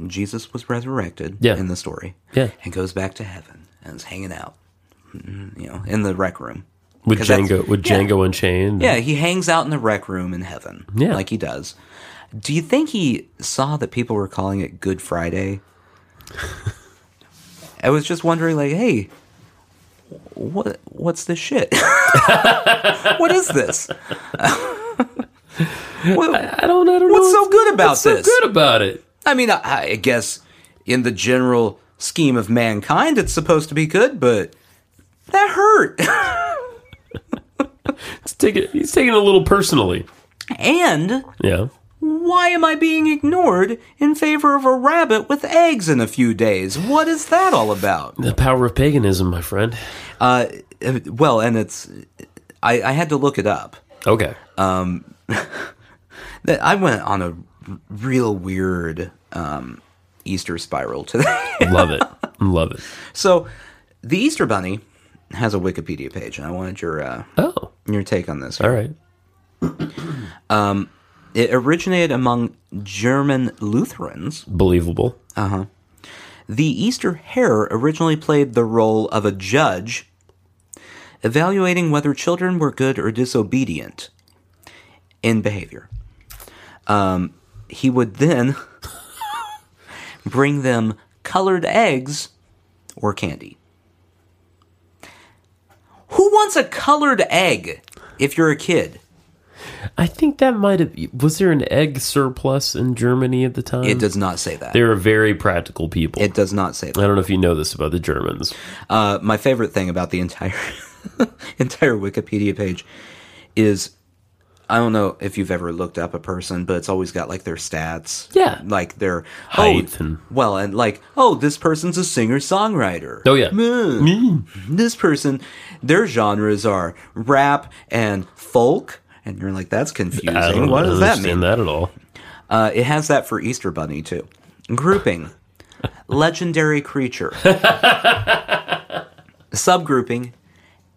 Speaker 2: Jesus was resurrected
Speaker 1: Yeah.
Speaker 2: in the story,
Speaker 1: Yeah.
Speaker 2: and goes back to heaven and is hanging out, mm, you know, in the rec room.
Speaker 1: With
Speaker 2: 'Cause that's-
Speaker 1: Django, with
Speaker 2: yeah.
Speaker 1: Django Unchained.
Speaker 2: Yeah, he hangs out in the rec room in heaven,
Speaker 1: Yeah.
Speaker 2: like he does. Do you think he saw that people were calling it Good Friday? I was just wondering, like, hey, what what's this shit? what is this? What-
Speaker 1: I don't, I don't
Speaker 2: what's
Speaker 1: know.
Speaker 2: so good about
Speaker 1: what's so
Speaker 2: this?
Speaker 1: good about it?
Speaker 2: I mean, I, I guess in the general scheme of mankind, it's supposed to be good, but that hurt.
Speaker 1: It's taking, he's taking it a little personally.
Speaker 2: and
Speaker 1: Yeah.
Speaker 2: Why am I being ignored in favor of a rabbit with eggs in a few days? What is that all about?
Speaker 1: The power of paganism, my friend.
Speaker 2: Uh, uh, well, and it's. I, I had to look it up.
Speaker 1: Okay.
Speaker 2: Uh, That- I went on a r- real weird um, Easter spiral today.
Speaker 1: Love it. Love it.
Speaker 2: so, the Easter Bunny has a Wikipedia page, and I wanted your uh,
Speaker 1: Oh,
Speaker 2: your take on this.
Speaker 1: all right.
Speaker 2: It originated among German Lutherans
Speaker 1: Believable.
Speaker 2: The Easter Hare originally played the role of a judge evaluating whether children were good or disobedient in behavior. Um, he would then bring them colored eggs or candy. Who wants a colored egg if you're a kid?
Speaker 1: I think that might have. Was there an egg surplus in Germany at the time?
Speaker 2: It does not say that.
Speaker 1: They were very practical people.
Speaker 2: It does not say that.
Speaker 1: I don't know if you know this about the Germans.
Speaker 2: Uh, my favorite thing about the entire entire Wikipedia page is I don't know if you've ever looked up a person, but it's always got like their stats,
Speaker 1: Yeah.
Speaker 2: like their
Speaker 1: Height
Speaker 2: oh,
Speaker 1: and-
Speaker 2: well, and like oh, this person's a singer songwriter.
Speaker 1: Oh yeah,
Speaker 2: This person, their genres are rap and folk, and you're like that's confusing.
Speaker 1: I don't
Speaker 2: what does that mean?
Speaker 1: understand that, at all.
Speaker 2: Uh, it has that for Easter Bunny too. Grouping, legendary creature. Subgrouping,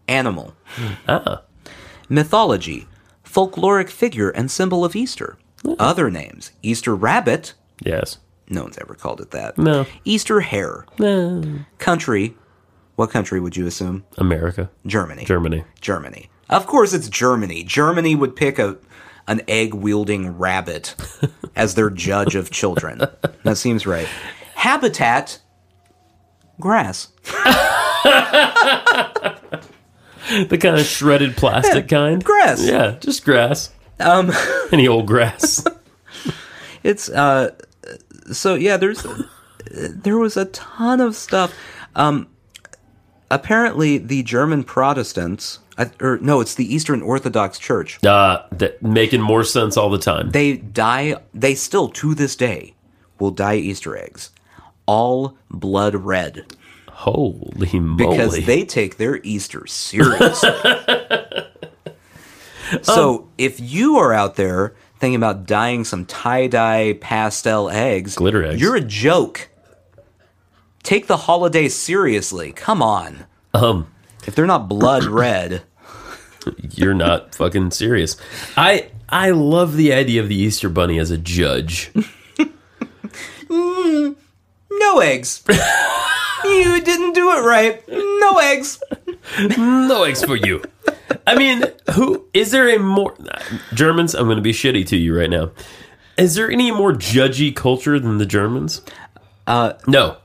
Speaker 2: animal. Mythology, folkloric figure and symbol of Easter. Other names: Easter rabbit.
Speaker 1: Yes.
Speaker 2: No one's ever called it that.
Speaker 1: No.
Speaker 2: Easter hare.
Speaker 1: Eh,
Speaker 2: Country. What country would you assume?
Speaker 1: America,
Speaker 2: Germany.
Speaker 1: Germany.
Speaker 2: Germany. Of course, it's Germany. Germany would pick a an egg wielding rabbit as their judge of children. That seems right. Habitat, grass.
Speaker 1: The kind of shredded plastic kind.
Speaker 2: grass.
Speaker 1: Yeah, just grass. Um, any old grass.
Speaker 2: It's uh, so yeah. There's uh, there was a ton of stuff. Um, apparently the German Protestants, I- or no, it's the Eastern Orthodox Church.
Speaker 1: uh, that making more sense all the time.
Speaker 2: They die. They still to this day will dye Easter eggs all blood red.
Speaker 1: Holy moly!
Speaker 2: because they take their Easter seriously.
Speaker 1: Um,
Speaker 2: so if you are out there thinking about dyeing some tie dye pastel eggs,
Speaker 1: Glitter eggs.
Speaker 2: you're a joke. Take the holiday seriously. Come on.
Speaker 1: um,
Speaker 2: If they're not blood red,
Speaker 1: you're not fucking serious. I I love the idea of the Easter Bunny as a judge.
Speaker 2: no eggs. you didn't do it right. No eggs.
Speaker 1: No eggs for you. I mean, who is there a more Germans? I'm going to be shitty to you right now. Is there any more judgy culture than the Germans? Uh, no.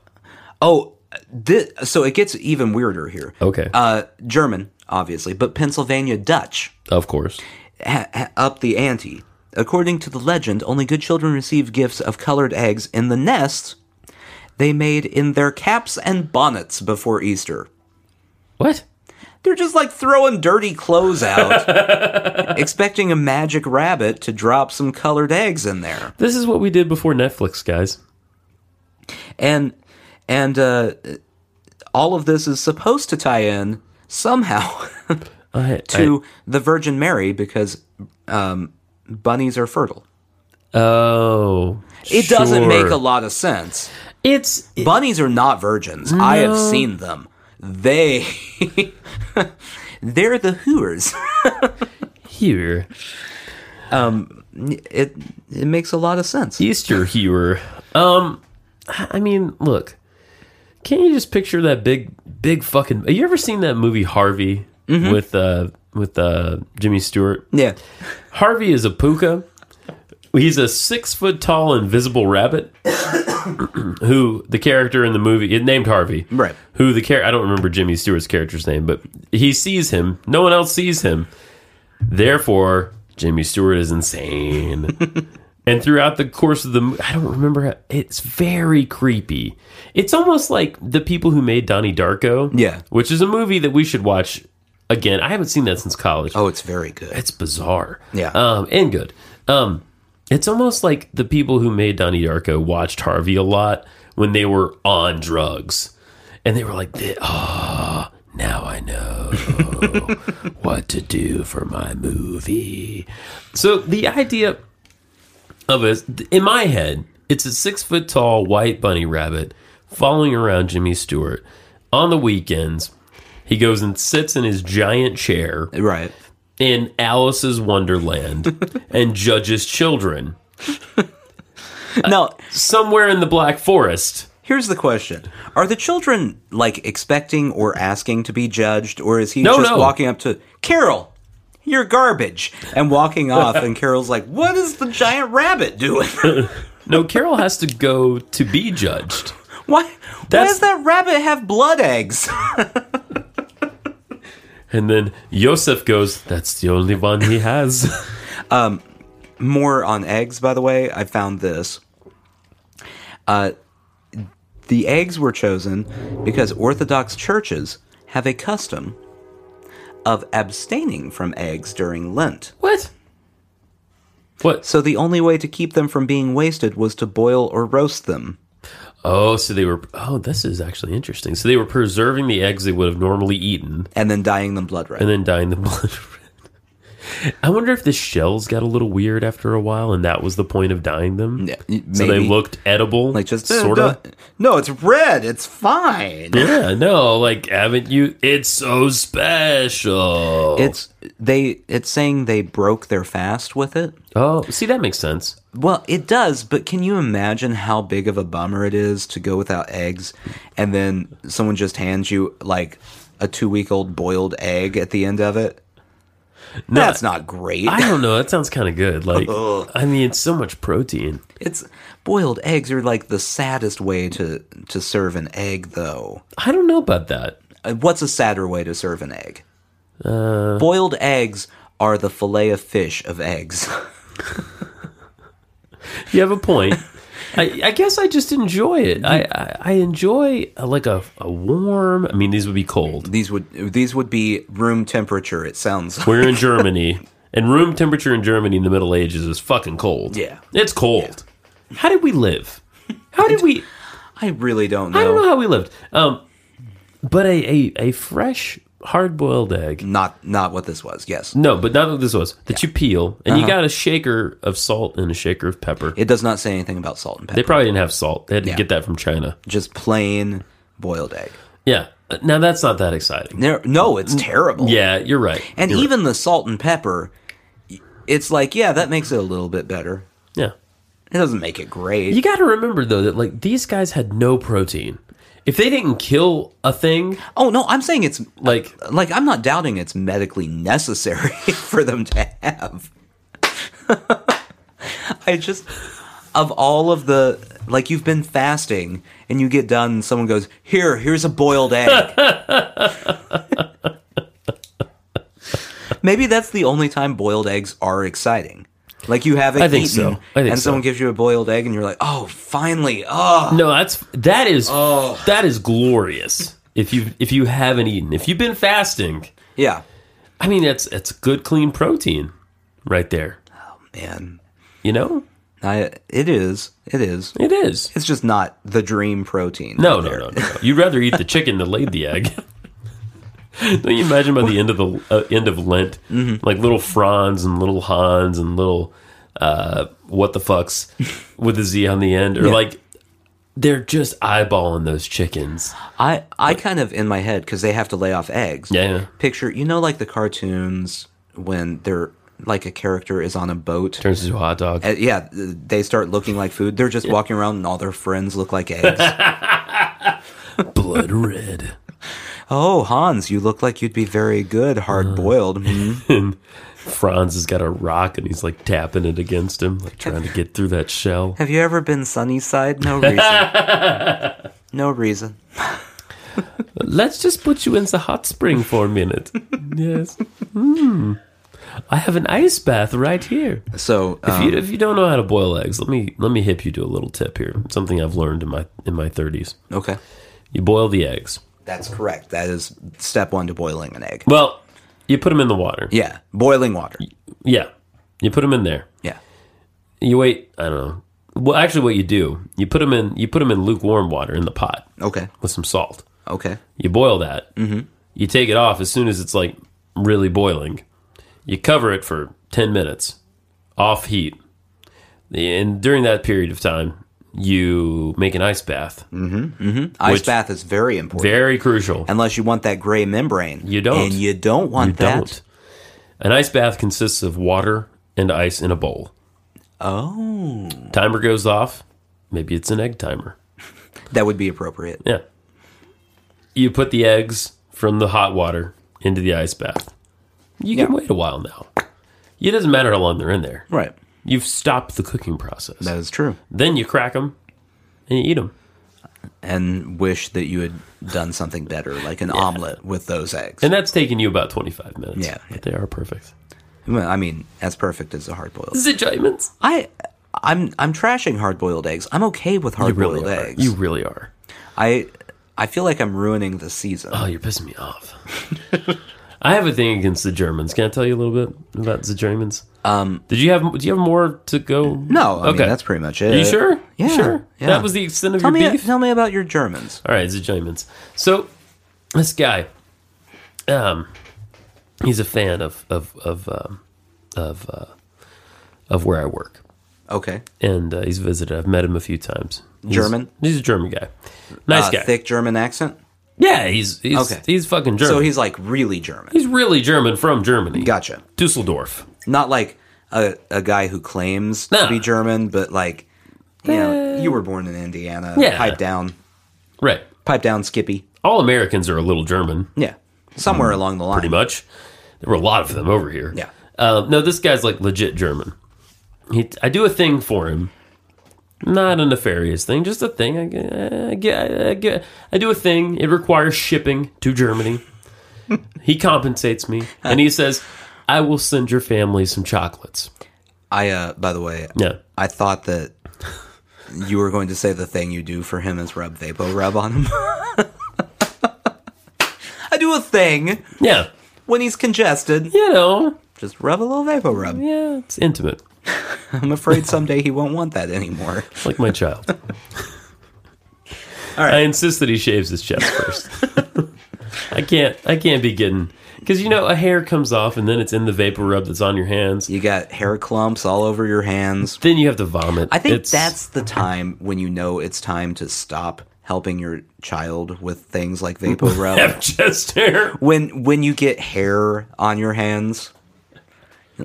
Speaker 2: Oh, thi- so it gets even weirder here.
Speaker 1: Okay,
Speaker 2: Uh, German, obviously, but Pennsylvania Dutch.
Speaker 1: of course.
Speaker 2: ha- ha- up the ante. According to the legend, only good children receive gifts of colored eggs in the nests they made in their caps and bonnets before Easter.
Speaker 1: What?
Speaker 2: They're just like throwing dirty clothes out, expecting a magic rabbit to drop some colored eggs in there.
Speaker 1: This is what we did before Netflix, guys.
Speaker 2: and and uh, all of this is supposed to tie in somehow
Speaker 1: I,
Speaker 2: to the Virgin Mary because um, bunnies are fertile.
Speaker 1: I- oh,
Speaker 2: It doesn't make a
Speaker 1: sure.
Speaker 2: lot of sense.
Speaker 1: It's
Speaker 2: Bunnies are not virgins. I have seen them. They they're the hooers.
Speaker 1: here.
Speaker 2: It it makes a lot of sense.
Speaker 1: Easter hewer. Um, I mean, look, can't you just picture that big, big fucking? Have you ever seen that movie Harvey
Speaker 2: Mm-hmm.
Speaker 1: with uh with uh Jimmy Stewart?
Speaker 2: Yeah.
Speaker 1: Harvey is a puka. He's a six foot tall invisible rabbit who the character in the movie it named Harvey.
Speaker 2: Right.
Speaker 1: Who the character I don't remember Jimmy Stewart's character's name, but he sees him. No one else sees him. Therefore, Jimmy Stewart is insane. and throughout the course of the mo- I don't remember how, it's very creepy. It's almost like the people who made Donnie Darko.
Speaker 2: Yeah.
Speaker 1: Which is a movie that we should watch again. I haven't seen that since college
Speaker 2: Oh, it's very good.
Speaker 1: it's bizarre.
Speaker 2: Yeah.
Speaker 1: Um, and good. Um, it's almost like the people who made Donnie Darko watched Harvey a lot when they were on drugs. And they were like, "Th- oh, now I know what to do for my movie. So the idea of a, in my head, it's a six foot tall white bunny rabbit following around Jimmy Stewart on the weekends. He goes and sits in his giant chair
Speaker 2: Right.
Speaker 1: in Alice's Wonderland and judges children
Speaker 2: Now,
Speaker 1: somewhere in the Black Forest.
Speaker 2: here's the question. Are the children like expecting or asking to be judged or is he
Speaker 1: No,
Speaker 2: just
Speaker 1: no.
Speaker 2: walking up to Carol, you're garbage and walking off and Carol's like, "What is the giant rabbit doing?
Speaker 1: No, Carol has to go to be judged.
Speaker 2: why why
Speaker 1: That's-
Speaker 2: does that rabbit have blood eggs?"
Speaker 1: And then Yosef goes, That's the only one he has.
Speaker 2: more on eggs by the way i found this uh, the eggs were chosen because orthodox churches have a custom of abstaining from eggs during lent
Speaker 1: what? What?
Speaker 2: so the only way to keep them from being wasted was to boil or roast them
Speaker 1: Oh, so they were. Oh, this is actually interesting. So they were preserving the eggs they would have normally eaten
Speaker 2: and then dyeing them blood red
Speaker 1: and then dyeing the blood red. I wonder if the shells got a little weird after a while and that was the point of dyeing them.
Speaker 2: Yeah, y-
Speaker 1: So they
Speaker 2: maybe.
Speaker 1: looked edible.
Speaker 2: like just uh,
Speaker 1: sort of.
Speaker 2: no it's red it's fine
Speaker 1: Yeah, no, like haven't you? It's so special.
Speaker 2: it's they it's saying they broke their fast with it
Speaker 1: oh, see that makes sense.
Speaker 2: Well, it does, but can you imagine how big of a bummer it is to go without eggs and then someone just hands you like a two week old boiled egg at the end of it? That's not great.
Speaker 1: I don't know. That sounds kind of good. Like, I mean, it's so much protein.
Speaker 2: it's boiled eggs are like the saddest way to to serve an egg though.
Speaker 1: I don't know about that.
Speaker 2: Uh, What's a sadder way to serve an egg? boiled eggs are the fillet of fish of eggs.
Speaker 1: You have a point. I, I guess I just enjoy it. I I, I enjoy uh like a, a warm. I mean, these would be cold.
Speaker 2: these would these would be room temperature it sounds like.
Speaker 1: We're in Germany, and room temperature in Germany in the Middle Ages is fucking cold.
Speaker 2: Yeah.
Speaker 1: it's cold. How did we live? How did we?
Speaker 2: I really don't know.
Speaker 1: I don't know how we lived. Um, But a, a, a fresh hard boiled egg.
Speaker 2: Not not what this was. Yes,
Speaker 1: No, but not what this was. That you peel and you got a shaker of salt and a shaker of pepper.
Speaker 2: it does not say anything about salt and pepper.
Speaker 1: they probably didn't have salt. They had to
Speaker 2: Yeah.
Speaker 1: get that from China.
Speaker 2: Just plain boiled egg.
Speaker 1: Yeah. Now that's not that exciting.
Speaker 2: There, no, it's terrible.
Speaker 1: Mm, Yeah, you're right.
Speaker 2: and
Speaker 1: You're right.
Speaker 2: even the salt and pepper, it's like yeah, that makes it a little bit better.
Speaker 1: yeah.
Speaker 2: It doesn't make it great.
Speaker 1: You got to remember though that like these guys had no protein. If they didn't kill a thing,
Speaker 2: oh no, I'm saying it's
Speaker 1: like
Speaker 2: like I'm not doubting it's medically necessary for them to have. I just of all of the like you've been fasting and you get done and someone goes, "Here, here's a boiled egg." Maybe that's the only time boiled eggs are exciting. Like you haven't
Speaker 1: I think
Speaker 2: eaten
Speaker 1: so. I think
Speaker 2: and
Speaker 1: so.
Speaker 2: someone gives you a boiled egg and you're like, "Oh, finally." Oh.
Speaker 1: no, that's that is that is glorious. If you if you haven't eaten, if you've been fasting,
Speaker 2: Yeah.
Speaker 1: I mean that's that's good clean protein right there.
Speaker 2: Man.
Speaker 1: You know
Speaker 2: I it is. It is.
Speaker 1: it is.
Speaker 2: It's just not the dream protein.
Speaker 1: No,
Speaker 2: out
Speaker 1: no,
Speaker 2: there.
Speaker 1: no, no, no. You'd rather eat the chicken that laid the egg. Don't you imagine by the end of the uh, end of Lent, like little Franz and little Hans and little uh, what the fucks with the Z on the end, or like they're just eyeballing those chickens.
Speaker 2: I I kind of in my head because they have to lay off eggs.
Speaker 1: Yeah, yeah.
Speaker 2: Picture you know like the cartoons when they're like a character is on a boat.
Speaker 1: Turns into a hot dog.
Speaker 2: Uh, yeah, th- they start looking like food. They're just walking around and all their friends look like eggs.
Speaker 1: Blood red.
Speaker 2: oh, Hans, you look like you'd be very good
Speaker 1: Uh.
Speaker 2: hard boiled. Mhm.
Speaker 1: Franz has got a rock and he's like tapping it against him, like trying to get through that shell.
Speaker 2: Have you ever been sunny side? No reason. no reason.
Speaker 1: Let's just put you in the hot spring for a minute. yes. Hmm. I have an ice bath right here.
Speaker 2: So
Speaker 1: If
Speaker 2: um,
Speaker 1: you, if you don't know how to boil eggs, let me let me hip you to a little tip here. Something I've learned in my in my thirties.
Speaker 2: um, okay,
Speaker 1: You boil the eggs.
Speaker 2: that's correct. That is step one to boiling an egg.
Speaker 1: Well, you put them in the water.
Speaker 2: Yeah, boiling water.
Speaker 1: Yeah, you put them in there.
Speaker 2: Yeah.
Speaker 1: You wait. I don't know. Well, actually, what you do, you put them in you put 'em in lukewarm water in the pot
Speaker 2: Okay.
Speaker 1: with some salt.
Speaker 2: Okay.
Speaker 1: You boil that. Mm-hmm. You take it off as soon as it's like really boiling. You cover it for 10 minutes off heat. And during that period of time, you make an ice bath.
Speaker 2: Mm. Ice
Speaker 1: Which-
Speaker 2: bath is very important.
Speaker 1: Very crucial.
Speaker 2: unless you want that gray membrane.
Speaker 1: You don't.
Speaker 2: And you don't want
Speaker 1: You
Speaker 2: that.
Speaker 1: don't. An ice bath consists of water and ice in a bowl.
Speaker 2: Oh.
Speaker 1: Timer goes off. Maybe it's an egg timer.
Speaker 2: That would be appropriate.
Speaker 1: Yeah. You put the eggs from the hot water into the ice bath. You can
Speaker 2: Yeah.
Speaker 1: wait a while now. It doesn't matter how long they're in there.
Speaker 2: Right.
Speaker 1: You've stopped the cooking process.
Speaker 2: That is true.
Speaker 1: Then you crack them and you eat them.
Speaker 2: And wish that you had done something better, like an omelet with those eggs.
Speaker 1: And that's taking you about 25 minutes.
Speaker 2: Yeah.
Speaker 1: But they are perfect.
Speaker 2: Well, I mean, as perfect as a hard boiled.
Speaker 1: Zijimans.
Speaker 2: I I'm I'm trashing hard boiled eggs. I'm okay with
Speaker 1: You
Speaker 2: hard boiled
Speaker 1: really are.
Speaker 2: eggs.
Speaker 1: You really are.
Speaker 2: I I feel like I'm ruining the season.
Speaker 1: Oh, you're pissing me off. I have a thing against the Germans. Can I tell you a little bit about the Germans? Um, did you have? Do you have more to go?
Speaker 2: no, I mean that's pretty much it.
Speaker 1: Are you sure? You
Speaker 2: Yeah,
Speaker 1: sure.
Speaker 2: yeah.
Speaker 1: That was the extent of
Speaker 2: Tell
Speaker 1: your
Speaker 2: me,
Speaker 1: beef.
Speaker 2: tell me about your Germans.
Speaker 1: All right, Zijimans. So this guy, um, he's a fan of of of um, of uh, of where I work,
Speaker 2: Okay,
Speaker 1: and uh, he's visited. I've met him a few times. He's-
Speaker 2: German?
Speaker 1: He's a German guy. Nice
Speaker 2: Uh,
Speaker 1: guy.
Speaker 2: thick German accent.
Speaker 1: Yeah, he's he's
Speaker 2: Okay.
Speaker 1: he's fucking German.
Speaker 2: So he's like really German.
Speaker 1: he's really German from Germany.
Speaker 2: Gotcha.
Speaker 1: Dusseldorf.
Speaker 2: Not like a, a guy who claims
Speaker 1: Nah. Eh.
Speaker 2: to be German, but like, you know, you were born in Indiana.
Speaker 1: Yeah.
Speaker 2: Pipe down.
Speaker 1: Right.
Speaker 2: Pipe down, Skippy.
Speaker 1: All Americans are a little German,
Speaker 2: Yeah. Somewhere along the line.
Speaker 1: Mm-hmm. pretty much. There were a lot of them over here.
Speaker 2: Yeah.
Speaker 1: Um, no, this guy's like legit German. He, I do a thing for him. Not a nefarious thing, just a thing. I, g- I, g- I g- I do a thing. It requires shipping to Germany. he compensates me, and he says, "I will send your family some chocolates."
Speaker 2: I, uh, by the way,
Speaker 1: Yeah.
Speaker 2: I thought that you were going to say the thing you do for him is rub Vapo Rub on him. I do a thing
Speaker 1: Yeah.
Speaker 2: when he's congested.
Speaker 1: You know.
Speaker 2: Just rub a little Vapo Rub.
Speaker 1: Yeah, it's intimate.
Speaker 2: I'm afraid someday he won't want that anymore.
Speaker 1: like my child.
Speaker 2: All right.
Speaker 1: I insist that he shaves his chest first. I can't. I can't be getting because you know a hair comes off and then it's in the vapor rub that's on your hands.
Speaker 2: You got hair clumps all over your hands.
Speaker 1: Then you have to vomit.
Speaker 2: I think
Speaker 1: It's-
Speaker 2: that's the time when you know it's time to stop helping your child with things like vapor rub.
Speaker 1: have chest hair.
Speaker 2: when when you get hair on your hands.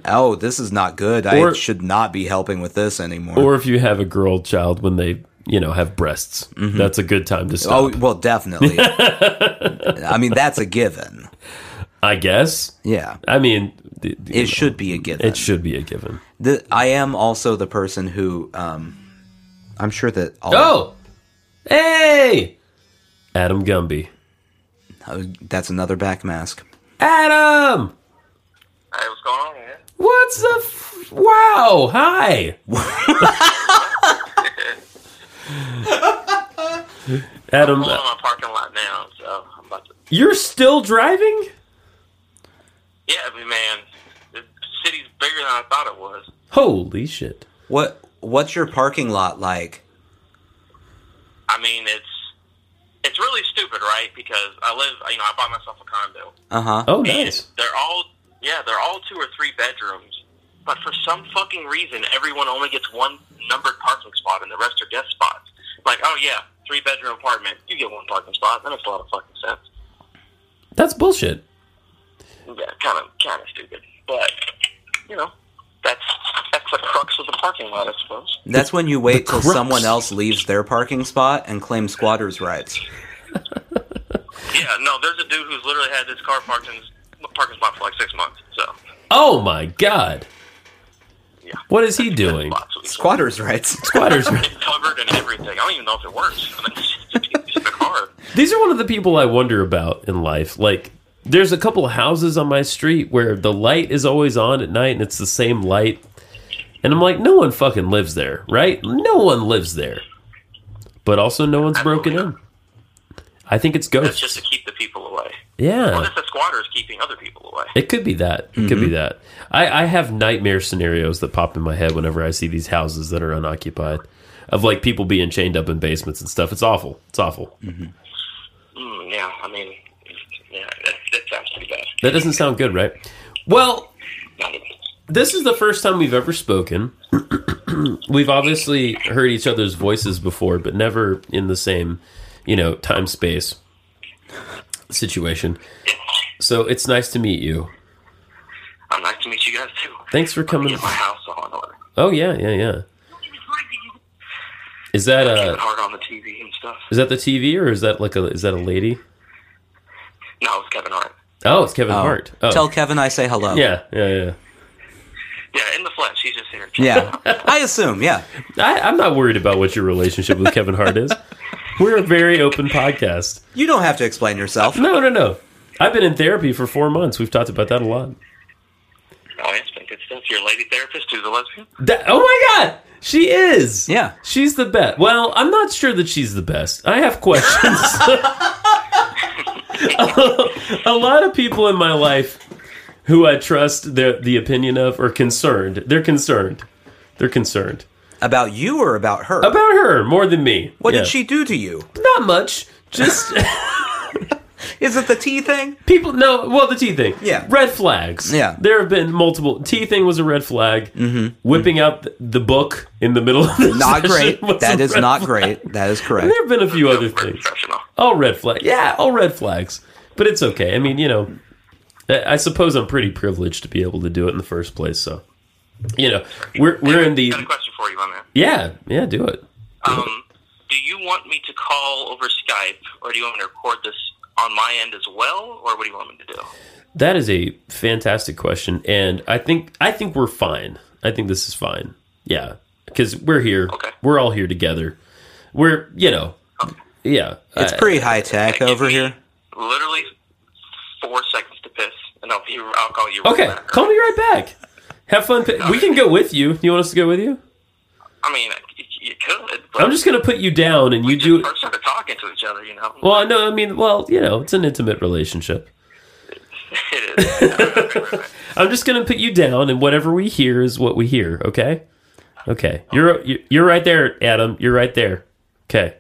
Speaker 2: Oh, this is not good. I
Speaker 1: Or-
Speaker 2: should not be helping with this anymore.
Speaker 1: Or if you have a girl child when they you know have breasts, that's a good time to stop.
Speaker 2: Mm-hmm. oh, well, definitely. I mean, that's a given.
Speaker 1: I guess.
Speaker 2: Yeah.
Speaker 1: I mean, th-
Speaker 2: It should be a given.
Speaker 1: it should be a given.
Speaker 2: The, I am also the person who um, I'm sure that all
Speaker 1: Oh, hey, Adam Gumby.
Speaker 2: uh, that's another back mask.
Speaker 1: Adam,
Speaker 4: Hey, what's going on here?
Speaker 1: what's the f- wow? Hi, Adam.
Speaker 4: I'm in my parking lot now, so I'm about to.
Speaker 1: You're still driving?
Speaker 4: Yeah, I mean, man, the city's bigger than I thought it was.
Speaker 1: Holy shit.
Speaker 2: What what's your parking lot like?
Speaker 4: I mean, it's it's really stupid, right? Because I live, you know, I bought myself a condo.
Speaker 2: Uh huh.
Speaker 1: Oh,
Speaker 4: And
Speaker 1: nice.
Speaker 4: They're all yeah, they're all two or three bedrooms, but for some fucking reason, everyone only gets one numbered parking spot, and the rest are guest spots. Like, oh yeah, three bedroom apartment, you get one parking spot. That makes a lot of fucking sense.
Speaker 1: That's bullshit.
Speaker 4: Yeah, kind of, kind of stupid, but you know, that's that's the crux of the parking lot, I suppose.
Speaker 2: That's when you wait till
Speaker 1: crux.
Speaker 2: someone else leaves their parking spot and claims squatters' rights.
Speaker 4: Yeah, no, there's a dude who's literally had his car parked in his parking spot for like six months. So
Speaker 1: Oh my god.
Speaker 4: Yeah.
Speaker 1: What is he doing?
Speaker 4: lots of
Speaker 2: Squatters' rights.
Speaker 1: Squatters.
Speaker 4: it's covered in everything. I don't even know if it works. I mean, it's just a car.
Speaker 1: These are one of the people I wonder about in life. Like, there's a couple of houses on my street where the light is always on at night and it's the same light. And I'm like, no one fucking lives there, right? No one lives there. But also, no one's broken in. I think it's
Speaker 4: It's just
Speaker 1: ghosts.
Speaker 4: to keep the people away.
Speaker 1: Yeah.
Speaker 4: What if the squatter is keeping other people away?
Speaker 1: It could be that. It could be that. I, I have nightmare scenarios that pop in my head whenever I see these houses that are unoccupied, of like people being chained up in basements and stuff. It's awful. It's awful.
Speaker 4: Mm, yeah, I mean, yeah, that, that sounds pretty bad.
Speaker 1: That doesn't sound good, right? Well,
Speaker 4: Not even-
Speaker 1: this is the first time we've ever spoken. we've obviously heard each other's voices before, but never in the same, you know, time space situation. So it's nice to meet you.
Speaker 4: I'm nice to meet you guys too.
Speaker 1: Thanks for coming.
Speaker 4: Get my house on order.
Speaker 1: Oh yeah, yeah, yeah. Is that uh
Speaker 4: Hard on the TV and stuff.
Speaker 1: Is that the TV or is that like a is that a lady?
Speaker 4: No, it's Kevin Hart.
Speaker 1: Oh, it's Kevin Hart. Oh,
Speaker 2: Tell Kevin I say hello.
Speaker 1: yeah, yeah,
Speaker 4: Yeah, in the flesh. He's just here.
Speaker 2: Yeah. I assume. Yeah.
Speaker 1: yeah. I, I'm not worried about what your relationship with Kevin Hart is. We're a very open podcast.
Speaker 2: You don't have to explain yourself.
Speaker 1: No, no, no. I've been in therapy for four months. We've talked about that a lot.
Speaker 4: Oh, yeah, it's been good stuff. You're a lady therapist who's a lesbian.
Speaker 1: That, oh my god, she is.
Speaker 2: Yeah.
Speaker 1: she's the best. Well, I'm not sure that she's the best. I have questions. a lot of people in my life who I trust the the opinion of are concerned. They're concerned. They're concerned.
Speaker 2: About you or about her?
Speaker 1: About her more than me.
Speaker 2: what
Speaker 1: Oh, Yeah.
Speaker 2: did she do to you?
Speaker 1: Not much. Just
Speaker 2: Is it the tea thing?
Speaker 1: people. No. Well, the tea thing.
Speaker 2: Yeah.
Speaker 1: Red flags.
Speaker 2: Yeah.
Speaker 1: There have been multiple. Tea thing was a red flag. Mm-hmm. Whipping out th- the book in the middle of the
Speaker 2: Not
Speaker 1: session
Speaker 2: great.
Speaker 1: was
Speaker 2: That
Speaker 1: a
Speaker 2: is
Speaker 1: red
Speaker 2: not
Speaker 1: flag.
Speaker 2: great. That is correct.
Speaker 1: And there have been a few other things.
Speaker 4: Professional.
Speaker 1: All red flag. Yeah. All red flags. But it's okay. I mean, you know, I I suppose I'm pretty privileged to be able to do it in the first place. So, you know, we're we're in the
Speaker 4: Got a question for you, my man.
Speaker 1: yeah yeah do it.
Speaker 4: Um, do you want me to call over Skype, or do you want me to record this on my end as well, or what do you want me to do?
Speaker 1: That is a fantastic question, and I think I think we're fine. I think this is fine. Yeah, because we're here.
Speaker 4: Okay.
Speaker 1: We're all here together. We're you know, yeah.
Speaker 2: It's
Speaker 1: I-
Speaker 2: pretty high tech over here.
Speaker 4: Literally four seconds to piss, and I'll be. I'll call you. right
Speaker 1: okay.
Speaker 4: back.
Speaker 1: Call me right back. Have fun. pi- We can go with you. You want us to go with you?
Speaker 4: I mean, you- you could. But
Speaker 1: I'm just gonna put you down, and you
Speaker 4: we just
Speaker 1: do.
Speaker 4: first started talking to each other, you know.
Speaker 1: Well, no, I mean, well, you know, it's an intimate relationship.
Speaker 4: it is.
Speaker 1: I'm just gonna put you down, and whatever we hear is what we hear. Okay. Okay. You're you're right there, Adam. You're right there. Okay.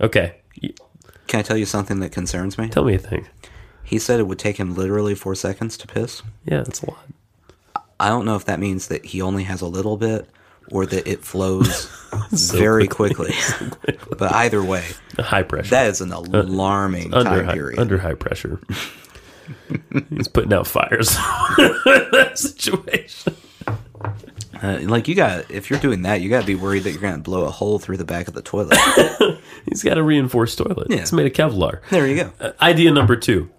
Speaker 1: Okay.
Speaker 2: Can I tell you something that concerns me?
Speaker 1: Tell me a thing.
Speaker 2: He said it would take him literally four seconds to piss.
Speaker 1: Yeah, that's a lot.
Speaker 2: I don't know if that means that he only has a little bit or that it flows very quickly. but either way,
Speaker 1: High pressure.
Speaker 2: that is an alarming
Speaker 1: Uh, under
Speaker 2: time
Speaker 1: high,
Speaker 2: period.
Speaker 1: under high pressure. He's putting out fires. that situation.
Speaker 2: Uh, like you got, if you're doing that, you got to be worried that you're going to blow a hole through the back of the toilet.
Speaker 1: He's got a reinforced toilet.
Speaker 2: Yeah.
Speaker 1: It's made of Kevlar.
Speaker 2: there you go.
Speaker 1: Uh, idea number two.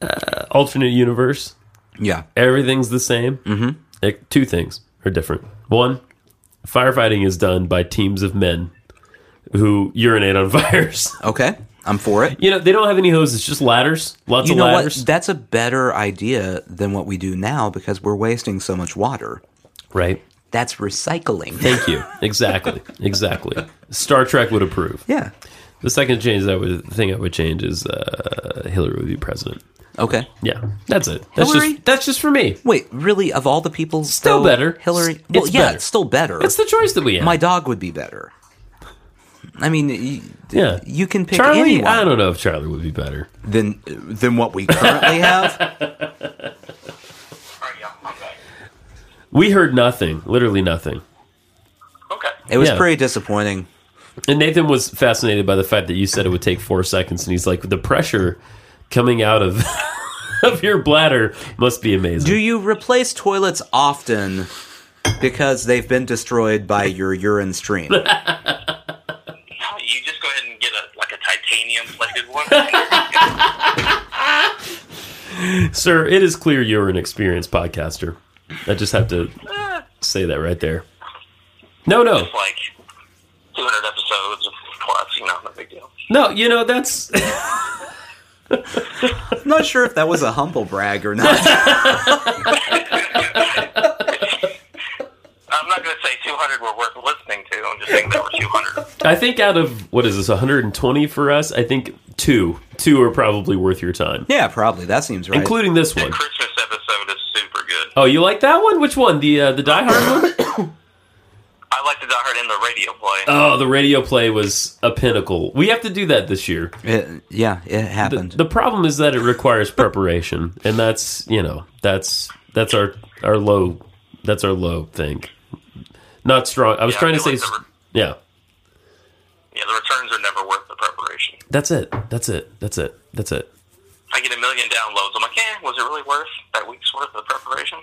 Speaker 1: Uh, alternate universe.
Speaker 2: Yeah.
Speaker 1: Everything's the same. Mm-hmm. two things are different. One, firefighting is done by teams of men who urinate on fires.
Speaker 2: Okay. I'm for it.
Speaker 1: You know, they don't have any hoses, just ladders. Lots
Speaker 2: You
Speaker 1: of
Speaker 2: know
Speaker 1: ladders.
Speaker 2: what? That's a better idea than what we do now because we're wasting so much water.
Speaker 1: right.
Speaker 2: That's recycling.
Speaker 1: Thank you. Exactly. exactly. Star Trek would approve.
Speaker 2: yeah.
Speaker 1: The second change that would the thing I would change is uh, Hillary would be president.
Speaker 2: Okay.
Speaker 1: Yeah, that's it. That's
Speaker 2: Hillary?
Speaker 1: just that's just for me.
Speaker 2: Wait, really? Of all the people,
Speaker 1: Still
Speaker 2: though,
Speaker 1: better.
Speaker 2: Hillary.
Speaker 1: It's
Speaker 2: Well, yeah,
Speaker 1: better.
Speaker 2: it's still better.
Speaker 1: It's the choice that we have.
Speaker 2: My dog would be better. I mean, you,
Speaker 1: yeah,
Speaker 2: you can pick
Speaker 1: Charlie.
Speaker 2: anyone
Speaker 1: I don't know if Charlie would be better.
Speaker 2: than than what we currently have.
Speaker 4: All right, yeah, I'm back.
Speaker 1: We heard nothing, literally nothing.
Speaker 4: Okay.
Speaker 2: It was
Speaker 1: Yeah.
Speaker 2: pretty disappointing.
Speaker 1: And Nathan was fascinated by the fact that you said it would take four seconds, and he's like, the pressure coming out of of your bladder must be amazing.
Speaker 2: Do you replace toilets often because they've been destroyed by your urine stream?
Speaker 4: No, you just go ahead and get a like a titanium plated one.
Speaker 1: Sir, it is clear you're an experienced podcaster. I just have to say that right there. No, no,
Speaker 4: like 200 episodes plus, you know, no big deal.
Speaker 1: no. You know that's
Speaker 2: I'm not sure if that was a humble brag or not.
Speaker 4: I'm not going to say 200 were worth listening to. I'm just saying there were 200.
Speaker 1: I think out of what is this 120 for us, I think two two are probably worth your time,
Speaker 2: Yeah, probably. That seems right.
Speaker 1: including this one.
Speaker 4: Christmas episode is super good.
Speaker 1: Oh, you like that one? Which one? The uh, the Die Hard one?
Speaker 4: I like the Die Hard in the radio play.
Speaker 1: Oh, the radio play was a pinnacle. We have to do that this year.
Speaker 2: It- yeah, it happened.
Speaker 1: The problem is that it requires preparation, and that's you know that's that's our our low that's our low thing. Not strong. I was
Speaker 4: Yeah, I
Speaker 1: trying to say,
Speaker 4: feel like
Speaker 1: s-
Speaker 4: the re-
Speaker 1: yeah.
Speaker 4: yeah, the returns are never worth the preparation.
Speaker 1: That's it. That's it. That's it. That's it.
Speaker 4: I get a million downloads. I'm like, eh, was it really worth that week's worth of preparation?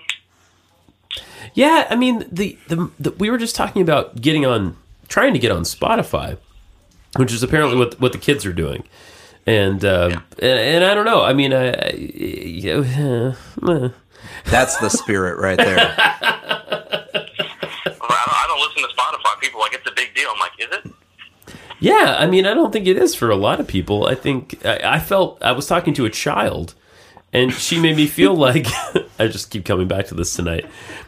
Speaker 1: Yeah, I mean the, the the we were just talking about getting on trying to get on Spotify, which is apparently what what the kids are doing, and uh, and, and I don't know. I mean, I, I you know, eh,
Speaker 2: That's the spirit right there.
Speaker 4: I don't, I don't listen to Spotify. People are like, it's a big deal. I'm like, is it?
Speaker 1: yeah. I mean, I don't think it is for a lot of people. I think I, I felt I was talking to a child. And she made me feel like I just keep coming back to this tonight.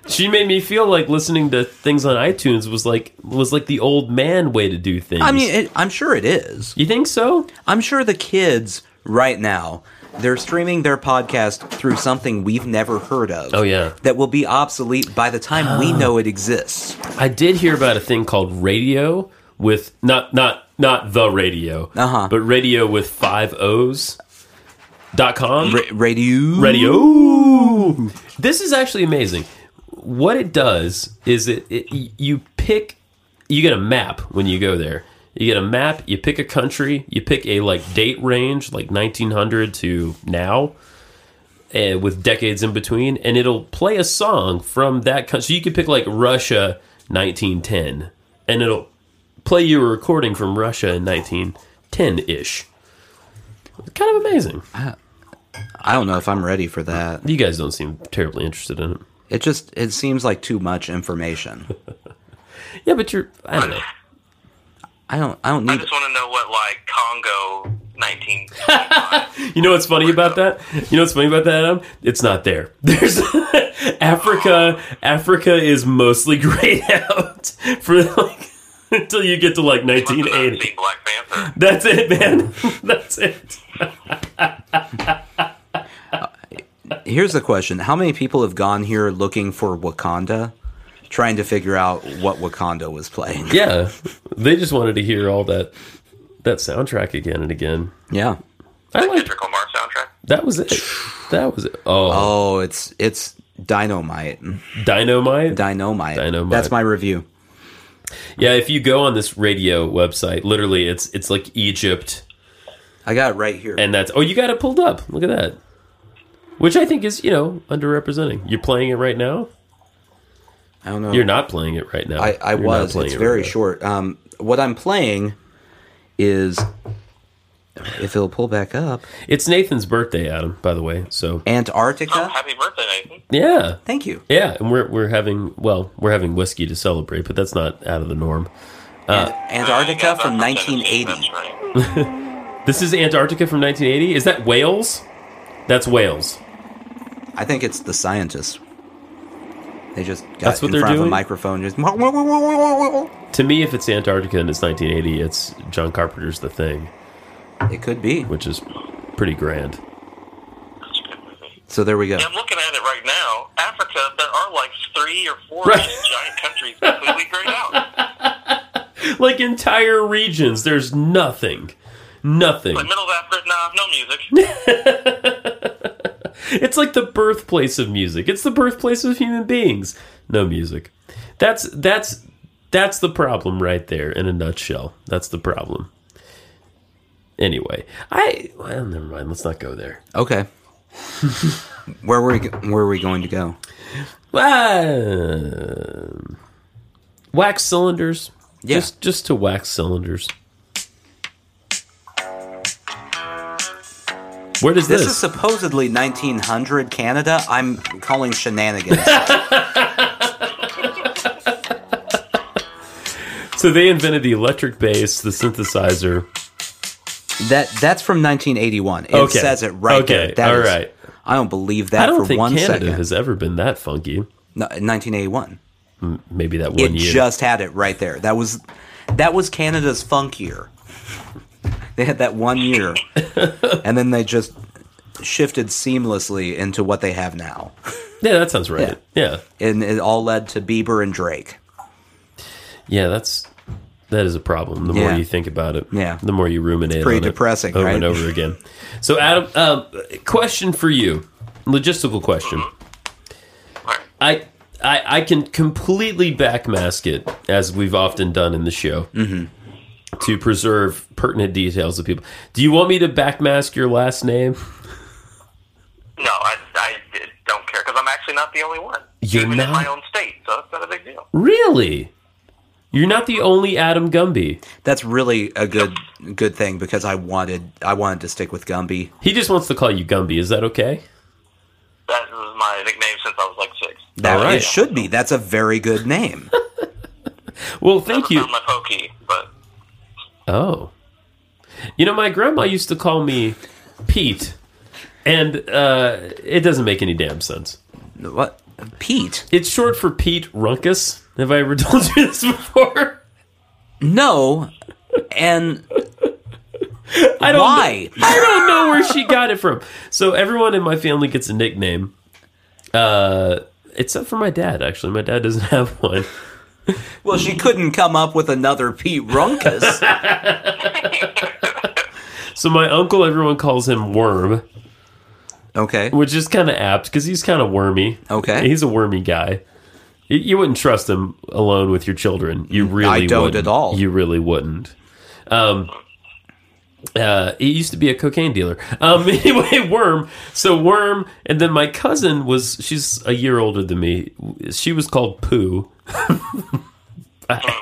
Speaker 1: She made me feel like listening to things on iTunes was like was like the old man way to do things.
Speaker 2: I mean, it, I'm sure it is.
Speaker 1: you think so?
Speaker 2: I'm sure the kids right now, they're streaming their podcast through something we've never heard of.
Speaker 1: Oh, yeah.
Speaker 2: That will be obsolete by the time
Speaker 1: Ah.
Speaker 2: we know it exists.
Speaker 1: I did hear about a thing called radio with not not not the radio,
Speaker 2: Uh-huh.
Speaker 1: but radio with five O's dot com
Speaker 2: Ra- radio.
Speaker 1: radio. oh. This is actually amazing. What it does is it, it you pick you get a map when you go there. You get a map, you pick a country, you pick a like date range like 1900 to now and with decades in between and it'll play a song from that country. So you could pick like Russia 1910 and it'll play you a recording from Russia in 1910-ish. Kind of amazing.
Speaker 2: I don't know if I'm ready for that.
Speaker 1: You guys don't seem terribly interested in it.
Speaker 2: It just it seems like too much information.
Speaker 1: Yeah, but you're. I don't know.
Speaker 2: I don't I don't
Speaker 4: I
Speaker 2: need
Speaker 4: just want to know what, like, Congo 19.
Speaker 1: You know what's funny about that? You know what's funny about that, Adam? It's not there. There's Africa. Africa is mostly grayed out for like until you get to like
Speaker 4: Must have not
Speaker 1: 1980.
Speaker 4: seen Black Panther.
Speaker 1: That's it, man. That's it.
Speaker 2: Here's the question. How many people have gone here looking for Wakanda? Trying to figure out what Wakanda was playing.
Speaker 1: Yeah, they just wanted to hear all that that soundtrack again and again.
Speaker 2: Yeah.
Speaker 1: I
Speaker 4: the
Speaker 1: like
Speaker 4: Kendrick Lamar soundtrack.
Speaker 1: that was it. That was it. Oh,
Speaker 2: Oh, it's it's dynamite.
Speaker 1: dynamite.
Speaker 2: Dynamite.
Speaker 1: Dynamite.
Speaker 2: That's my review.
Speaker 1: yeah, if you go on this radio website, literally, it's it's like Egypt,
Speaker 2: I got it right here.
Speaker 1: and that's oh, you got it pulled up. Look at that, which I think is you know underrepresenting. You're playing it right now.
Speaker 2: I don't know.
Speaker 1: You're not playing it right now.
Speaker 2: I, I
Speaker 1: You're not
Speaker 2: was.
Speaker 1: playing
Speaker 2: It's
Speaker 1: it
Speaker 2: very
Speaker 1: right now.
Speaker 2: short. Um, what I'm playing is, if it'll pull back up,
Speaker 1: It's Nathan's birthday, Adam. By the way, so
Speaker 4: Oh,
Speaker 2: Antarctica.
Speaker 4: happy birthday, Nathan.
Speaker 1: yeah,
Speaker 2: Thank you.
Speaker 1: yeah, and we're we're having well, we're having whiskey to celebrate, but that's not out of the norm.
Speaker 4: Yeah,
Speaker 2: Antarctica
Speaker 4: that's
Speaker 2: from
Speaker 4: the Tennessee,
Speaker 2: 1980.
Speaker 4: That's right.
Speaker 1: This is Antarctica from 1980. Is that Wales? That's Wales.
Speaker 2: I think it's the scientists. They just got
Speaker 1: That's what
Speaker 2: in
Speaker 1: they're
Speaker 2: front of a
Speaker 1: doing?
Speaker 2: microphone. Just it
Speaker 1: To me, if it's Antarctica and it's 1980, it's John Carpenter's The Thing,
Speaker 2: could be.
Speaker 1: which is pretty grand.
Speaker 4: That's a good movie.
Speaker 2: So there we go.
Speaker 4: Yeah, I'm looking at it right now. Africa, there are like three or four
Speaker 1: Right.
Speaker 4: just giant countries completely grayed out.
Speaker 1: Like entire regions, there's nothing. Nothing.
Speaker 4: Like middle of Africa, nah, no music.
Speaker 1: It's like the birthplace of music. It's the birthplace of human beings. No music. That's that's that's the problem right there in a nutshell. That's the problem. Anyway, I well, never mind. Let's not go there.
Speaker 2: Okay. where were we, go- where were we going to go?
Speaker 1: Um, wax cylinders.
Speaker 2: Yeah.
Speaker 1: Just just to wax cylinders. Where does
Speaker 2: This
Speaker 1: this?
Speaker 2: is supposedly 1900 Canada. I'm calling shenanigans.
Speaker 1: so they invented the electric bass, the synthesizer.
Speaker 2: that that's from 1981. It
Speaker 1: Okay.
Speaker 2: says it right
Speaker 1: Okay.
Speaker 2: there. That
Speaker 1: All
Speaker 2: is-
Speaker 1: right.
Speaker 2: I don't believe that
Speaker 1: I don't
Speaker 2: for
Speaker 1: think
Speaker 2: one
Speaker 1: Canada
Speaker 2: second.
Speaker 1: has ever been that funky.
Speaker 2: No, 1981.
Speaker 1: Maybe that
Speaker 2: It
Speaker 1: one year.
Speaker 2: just had it right there. That was that was Canada's funk year. They had that one year, and then they just shifted seamlessly into what they have now,
Speaker 1: yeah, that sounds right. Yeah.
Speaker 2: and it all led to Bieber and Drake.
Speaker 1: Yeah, that's that is a problem. The more
Speaker 2: Yeah.
Speaker 1: you think about it,
Speaker 2: Yeah.
Speaker 1: the more you ruminate.
Speaker 2: pretty
Speaker 1: on it
Speaker 2: depressing,
Speaker 1: over
Speaker 2: right?
Speaker 1: and over again. So, Adam, um, question for you, logistical question.
Speaker 4: All right.
Speaker 1: I, I I can completely backmask it as we've often done in the show
Speaker 2: Mm-hmm.
Speaker 1: to preserve pertinent details of people. Do you want me to backmask your last name?
Speaker 4: No, I, I don't care because I'm actually not the only one.
Speaker 1: You're
Speaker 4: Even in my
Speaker 1: not?
Speaker 4: own state, so it's not a big deal.
Speaker 1: Really? You're not the only Adam Gumby.
Speaker 2: That's really a good good thing because I wanted I wanted to stick with Gumby.
Speaker 1: He just wants to call you Gumby. Is that okay?
Speaker 4: That was my nickname since I was like six.
Speaker 2: That
Speaker 1: All right.
Speaker 2: it should be. That's a very good name.
Speaker 1: Well, thank
Speaker 4: Never
Speaker 1: you.
Speaker 4: found my pokey, but
Speaker 1: Oh. You know, my grandma used to call me Pete, and uh, it doesn't make any damn sense.
Speaker 2: what Pete?
Speaker 1: It's short for Pete Runkus. Have I ever told you this before?
Speaker 2: No, and
Speaker 1: I don't
Speaker 2: why?
Speaker 1: I don't know where she got it from. So everyone in my family gets a nickname, uh, except for my dad. Actually, my dad doesn't have one.
Speaker 2: Well, she couldn't come up with another Pete Runkus.
Speaker 1: So my uncle, everyone calls him Worm,
Speaker 2: Okay.
Speaker 1: which is kind of apt because he's kind of wormy.
Speaker 2: Okay.
Speaker 1: he's a wormy guy. You- You wouldn't trust him alone with your children. You really
Speaker 2: don't
Speaker 1: wouldn't.
Speaker 2: at all.
Speaker 1: You really wouldn't. Um, uh, he used to be a cocaine dealer. Um, anyway, Worm. So Worm, and then my cousin was. She's a year older than me. She was called Pooh. I,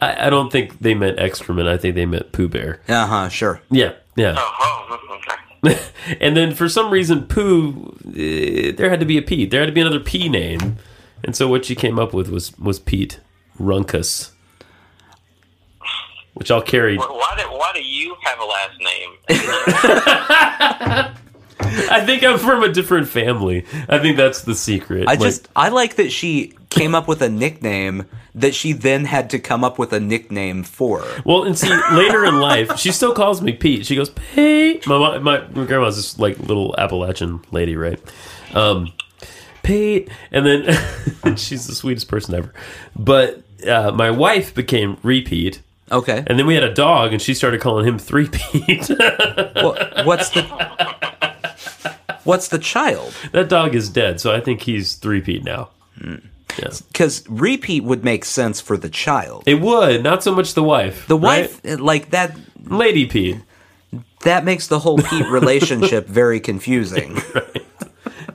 Speaker 1: I, I don't think they meant excrement. I think they meant Pooh Bear.
Speaker 2: Uh huh. Sure.
Speaker 1: Yeah, yeah.
Speaker 4: oh, oh okay.
Speaker 1: and then for some reason, poo, eh, there had to be a Pete. There had to be another P name. And so what she came up with was was Pete Runkus, which I'll carry.
Speaker 4: Why- Why do, why do you have a last name?
Speaker 1: I think I'm from a different family. I think that's the secret.
Speaker 2: I
Speaker 1: Like,
Speaker 2: just I like that she came up with a nickname that she then had to come up with a nickname for.
Speaker 1: well, and see, later in life, she still calls me Pete. She goes, Pete. My, mo- my, my grandma's this like little Appalachian lady, right? Um, Pete. And then she's the sweetest person ever. But uh, my wife became Repeat.
Speaker 2: Okay.
Speaker 1: And then we had a dog, and she started calling him Three Pete.
Speaker 2: Wha- what's the What's the child?
Speaker 1: that dog is dead, so I think he's Three Pete now.
Speaker 2: Because repeat would make sense for the child.
Speaker 1: It would not so much the wife.
Speaker 2: The
Speaker 1: right?
Speaker 2: wife, uh, like that,
Speaker 1: Lady Pete.
Speaker 2: that makes the whole Pete relationship very confusing.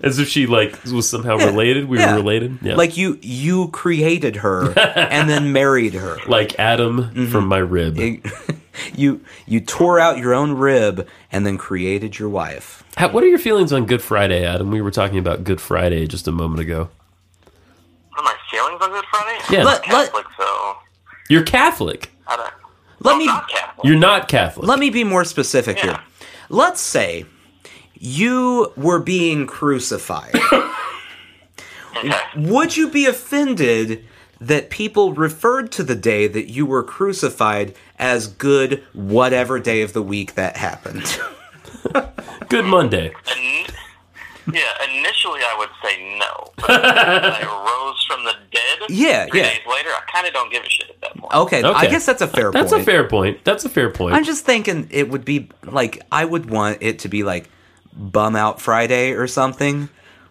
Speaker 1: As if she like was somehow related. We
Speaker 2: Yeah.
Speaker 1: were related. Yeah.
Speaker 2: Like you, you created her and then married her.
Speaker 1: like Adam
Speaker 2: Mm-hmm.
Speaker 1: from my rib.
Speaker 2: You, you tore out your own rib and then created your wife.
Speaker 1: How, what are your feelings on Good Friday, Adam? We were talking about Good Friday just a moment ago.
Speaker 4: What are my feelings on Good Friday?
Speaker 1: Yeah.
Speaker 4: I'm
Speaker 2: Let- let-
Speaker 4: Catholic, so
Speaker 1: You're Catholic.
Speaker 4: I don't.
Speaker 2: Let
Speaker 4: I'm
Speaker 2: me,
Speaker 4: not Catholic.
Speaker 1: You're not Catholic.
Speaker 2: let me be more specific
Speaker 4: Yeah.
Speaker 2: here. Let's say you were being crucified.
Speaker 4: Okay.
Speaker 2: Would you be offended that people referred to the day that you were crucified as good whatever day of the week that happened?
Speaker 1: Good Monday.
Speaker 4: In- yeah, initially I would say no. But I rose from the dead.
Speaker 2: Yeah,
Speaker 4: three
Speaker 2: yeah.
Speaker 4: days later, I kind of don't give a shit at that point.
Speaker 2: okay, I
Speaker 1: Okay.
Speaker 2: guess that's a fair
Speaker 1: That's
Speaker 2: point.
Speaker 1: a fair point. That's a fair point.
Speaker 2: I'm just thinking it would be like I would want it to be like bum out Friday or something.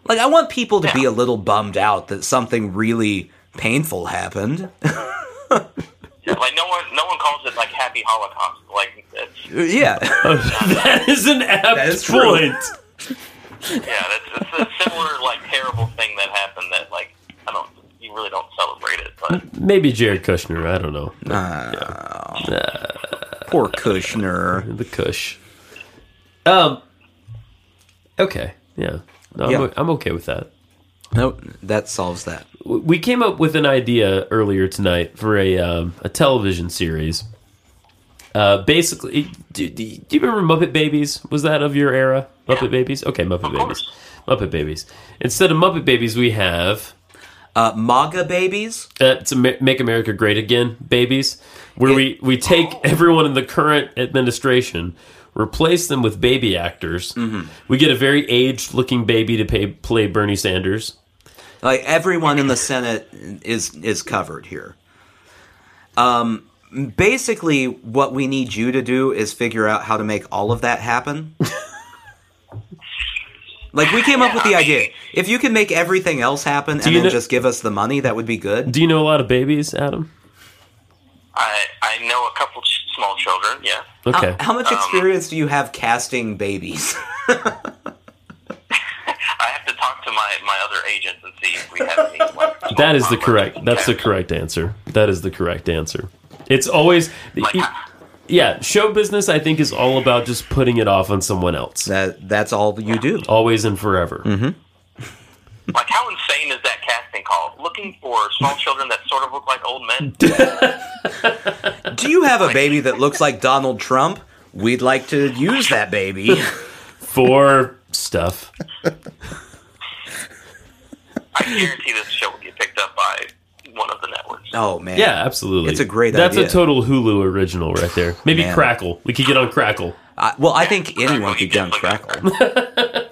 Speaker 2: Like I want people to be
Speaker 4: Yeah.
Speaker 2: a little bummed out that something really painful happened.
Speaker 4: Yeah, like no one, no one calls it like Happy Holocaust. Like it's
Speaker 2: yeah.
Speaker 1: that is an apt
Speaker 2: is true.
Speaker 1: point.
Speaker 4: yeah, that's it's a similar like terrible thing that happened that like I don't, you really don't celebrate it, but.
Speaker 1: Maybe Jared Kushner. I don't know.
Speaker 2: Poor Kushner.
Speaker 1: The Kush. Um. Okay. Yeah. No, I'm,
Speaker 2: Yeah.
Speaker 1: o- I'm okay with that.
Speaker 2: Nope, that solves that.
Speaker 1: W- We came up with an idea earlier tonight for a um, a television series. Uh, basically, do, do, you- do you remember Muppet Babies? Was that of your era? Muppet Babies. Okay, Muppet Babies.
Speaker 4: course.
Speaker 1: Muppet Babies. Instead of Muppet Babies, we have
Speaker 2: Uh, MAGA babies.
Speaker 1: uh, to Ma- make America great again, babies, where we, we take
Speaker 2: Oh.
Speaker 1: everyone in the current administration, replace them with baby actors.
Speaker 2: Mm-hmm.
Speaker 1: We get a very aged looking baby to pay, play Bernie Sanders.
Speaker 2: Like everyone in the Senate is is covered here. Um, basically, what we need you to do is figure out how to make all of that happen. like we came up with the idea. If you can make everything else happen and
Speaker 1: you
Speaker 2: then
Speaker 1: know-
Speaker 2: just give us the money, that would be good.
Speaker 1: Do you know a lot of babies, Adam?
Speaker 4: I I know a couple ch- small children. Yeah,
Speaker 1: Okay.
Speaker 2: How, how much experience do you have casting babies?
Speaker 4: I have to talk to my my other agents and see if we have any. Like, small
Speaker 1: that is the
Speaker 4: farmers.
Speaker 1: correct. That's the correct answer. That is the correct answer. It's always,
Speaker 4: Like,
Speaker 1: yeah. Show business, I think, is all about just putting it off on someone else,
Speaker 2: that that's all you do.
Speaker 1: always and forever.
Speaker 2: Mm-hmm.
Speaker 4: like how insane is that casting call? Looking for small children that sort of look like old men.
Speaker 2: Do you have a baby that looks like Donald Trump? We'd like to use that baby.
Speaker 1: For stuff.
Speaker 4: I guarantee this show will get picked up by one of the networks.
Speaker 2: Oh man.
Speaker 1: Yeah, absolutely.
Speaker 2: It's a great
Speaker 1: That's
Speaker 2: idea.
Speaker 1: a total Hulu original right there. Maybe
Speaker 2: Man.
Speaker 1: Crackle. We could get on Crackle.
Speaker 2: I, well, I think anyone
Speaker 4: Crackle,
Speaker 2: could
Speaker 4: you
Speaker 2: get on
Speaker 4: definitely
Speaker 2: Crackle.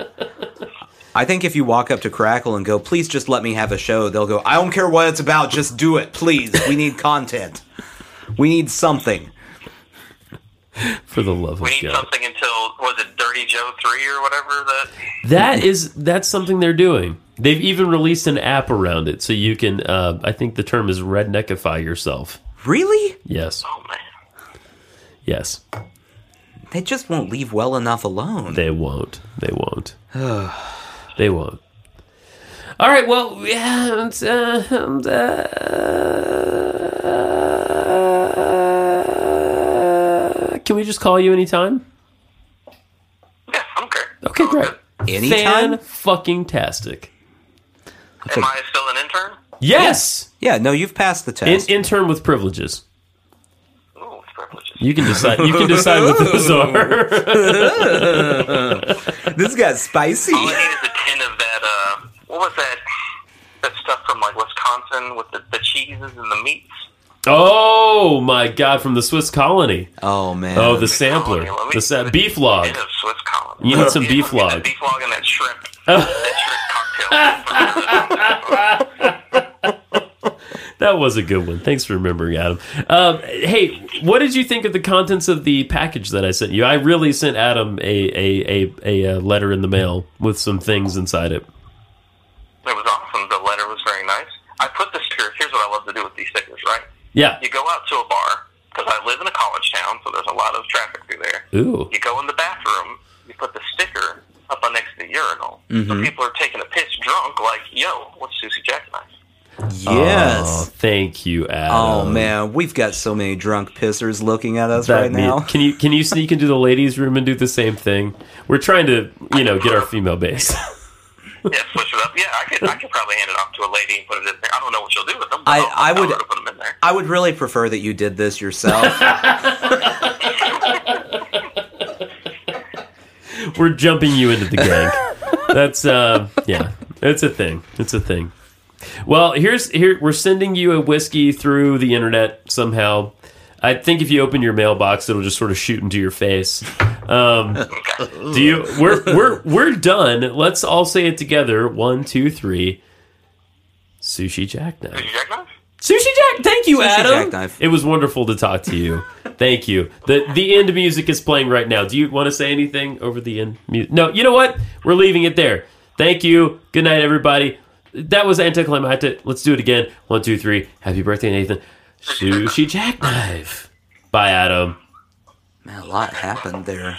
Speaker 2: I think if you walk up to Crackle and go, please just let me have a show, they'll go, I don't care what it's about, just do it, please. We need content. We need something.
Speaker 1: For the love of
Speaker 4: We need
Speaker 1: God.
Speaker 4: something until was it Dirty Joe three or whatever that.
Speaker 1: That is that's something they're doing. They've even released an app around it so you can uh, I think the term is redneckify yourself.
Speaker 2: Really?
Speaker 1: Yes.
Speaker 4: Oh man,
Speaker 1: Yes.
Speaker 2: They just won't leave well enough alone.
Speaker 1: They won't. They won't. they won't. All right, well, yeah, it's, uh, um, uh, can we just call you anytime?
Speaker 4: yeah, I don't care.
Speaker 1: Okay, great.
Speaker 2: Anytime?
Speaker 1: fucking tastic.
Speaker 4: Am I still an intern?
Speaker 1: Yes,
Speaker 2: yeah, no, you've passed the
Speaker 1: In,
Speaker 2: test.
Speaker 1: intern with privileges.
Speaker 4: Ooh, it's privileges.
Speaker 1: You can decide. You can decide what those are.
Speaker 2: this got spicy.
Speaker 4: All I need is a tin of that. Uh, what was that? That stuff from like Wisconsin with the, the cheeses and the meats.
Speaker 1: oh my god! From the Swiss colony.
Speaker 2: Oh man.
Speaker 1: Oh, the sampler.
Speaker 4: Colony, let me-
Speaker 1: The sa- beef log.
Speaker 4: It is Swiss colony.
Speaker 1: Uh, You need some
Speaker 4: Yeah,
Speaker 1: beef
Speaker 4: yeah,
Speaker 1: log.
Speaker 4: Beef log and that shrimp. that shrimp cocktail.
Speaker 1: That was a good one. Thanks for remembering, Adam. Um, hey, what did you think of the contents of the package that I sent you? I really sent Adam a a a, a, uh letter in the mail with some things inside it.
Speaker 4: It was awesome. The letter was very nice. I put the sticker. Here's what I love to do with these stickers, right?
Speaker 1: Yeah.
Speaker 4: You go out to a bar because I live in a college town, so there's a lot of traffic through there.
Speaker 1: Ooh.
Speaker 4: You go in the bathroom. You put the sticker up on next to the urinal.
Speaker 2: Mm-hmm.
Speaker 4: So people are taking a piss drunk, like, "Yo, what's Susie Jackknife?"
Speaker 1: Oh,
Speaker 2: Yes.
Speaker 1: thank you, Adam.
Speaker 2: Oh, man, we've got so many drunk pissers looking at us
Speaker 1: That
Speaker 2: right
Speaker 1: me-
Speaker 2: now.
Speaker 1: Can you can you sneak into the ladies' room and do the same thing? We're trying to you know get our female base.
Speaker 4: Yeah, switch it up. Yeah, I could. I could probably hand it off to a lady and put it in there. I don't know what she'll do with them. but
Speaker 2: I-
Speaker 4: I'll-
Speaker 2: I
Speaker 4: I'll
Speaker 2: would-
Speaker 4: tell her to put them in there.
Speaker 2: I would really prefer that you did this yourself.
Speaker 1: We're jumping you into the gang. That's uh yeah, it's a thing. It's a thing. Well, here's here we're sending you a whiskey through the internet somehow. I think if you open your mailbox, it'll just sort of shoot into your face. Um, do you? We're we're we're done. Let's all say it together. One, two, three. Sushi jackknife.
Speaker 4: Susie Jackknife.
Speaker 1: Sushi Jack, thank you, Adam.
Speaker 2: Jackknife.
Speaker 1: It was wonderful to talk to you. thank you. the The end music is playing right now. Do you want to say anything over the end music? No. You know what? We're leaving it there. Thank you. Good night, everybody. That was anticlimactic. Let's do it again. One, two, three. Happy birthday, Nathan. Sushi Jackknife. Bye, Adam.
Speaker 2: Man, a lot happened there.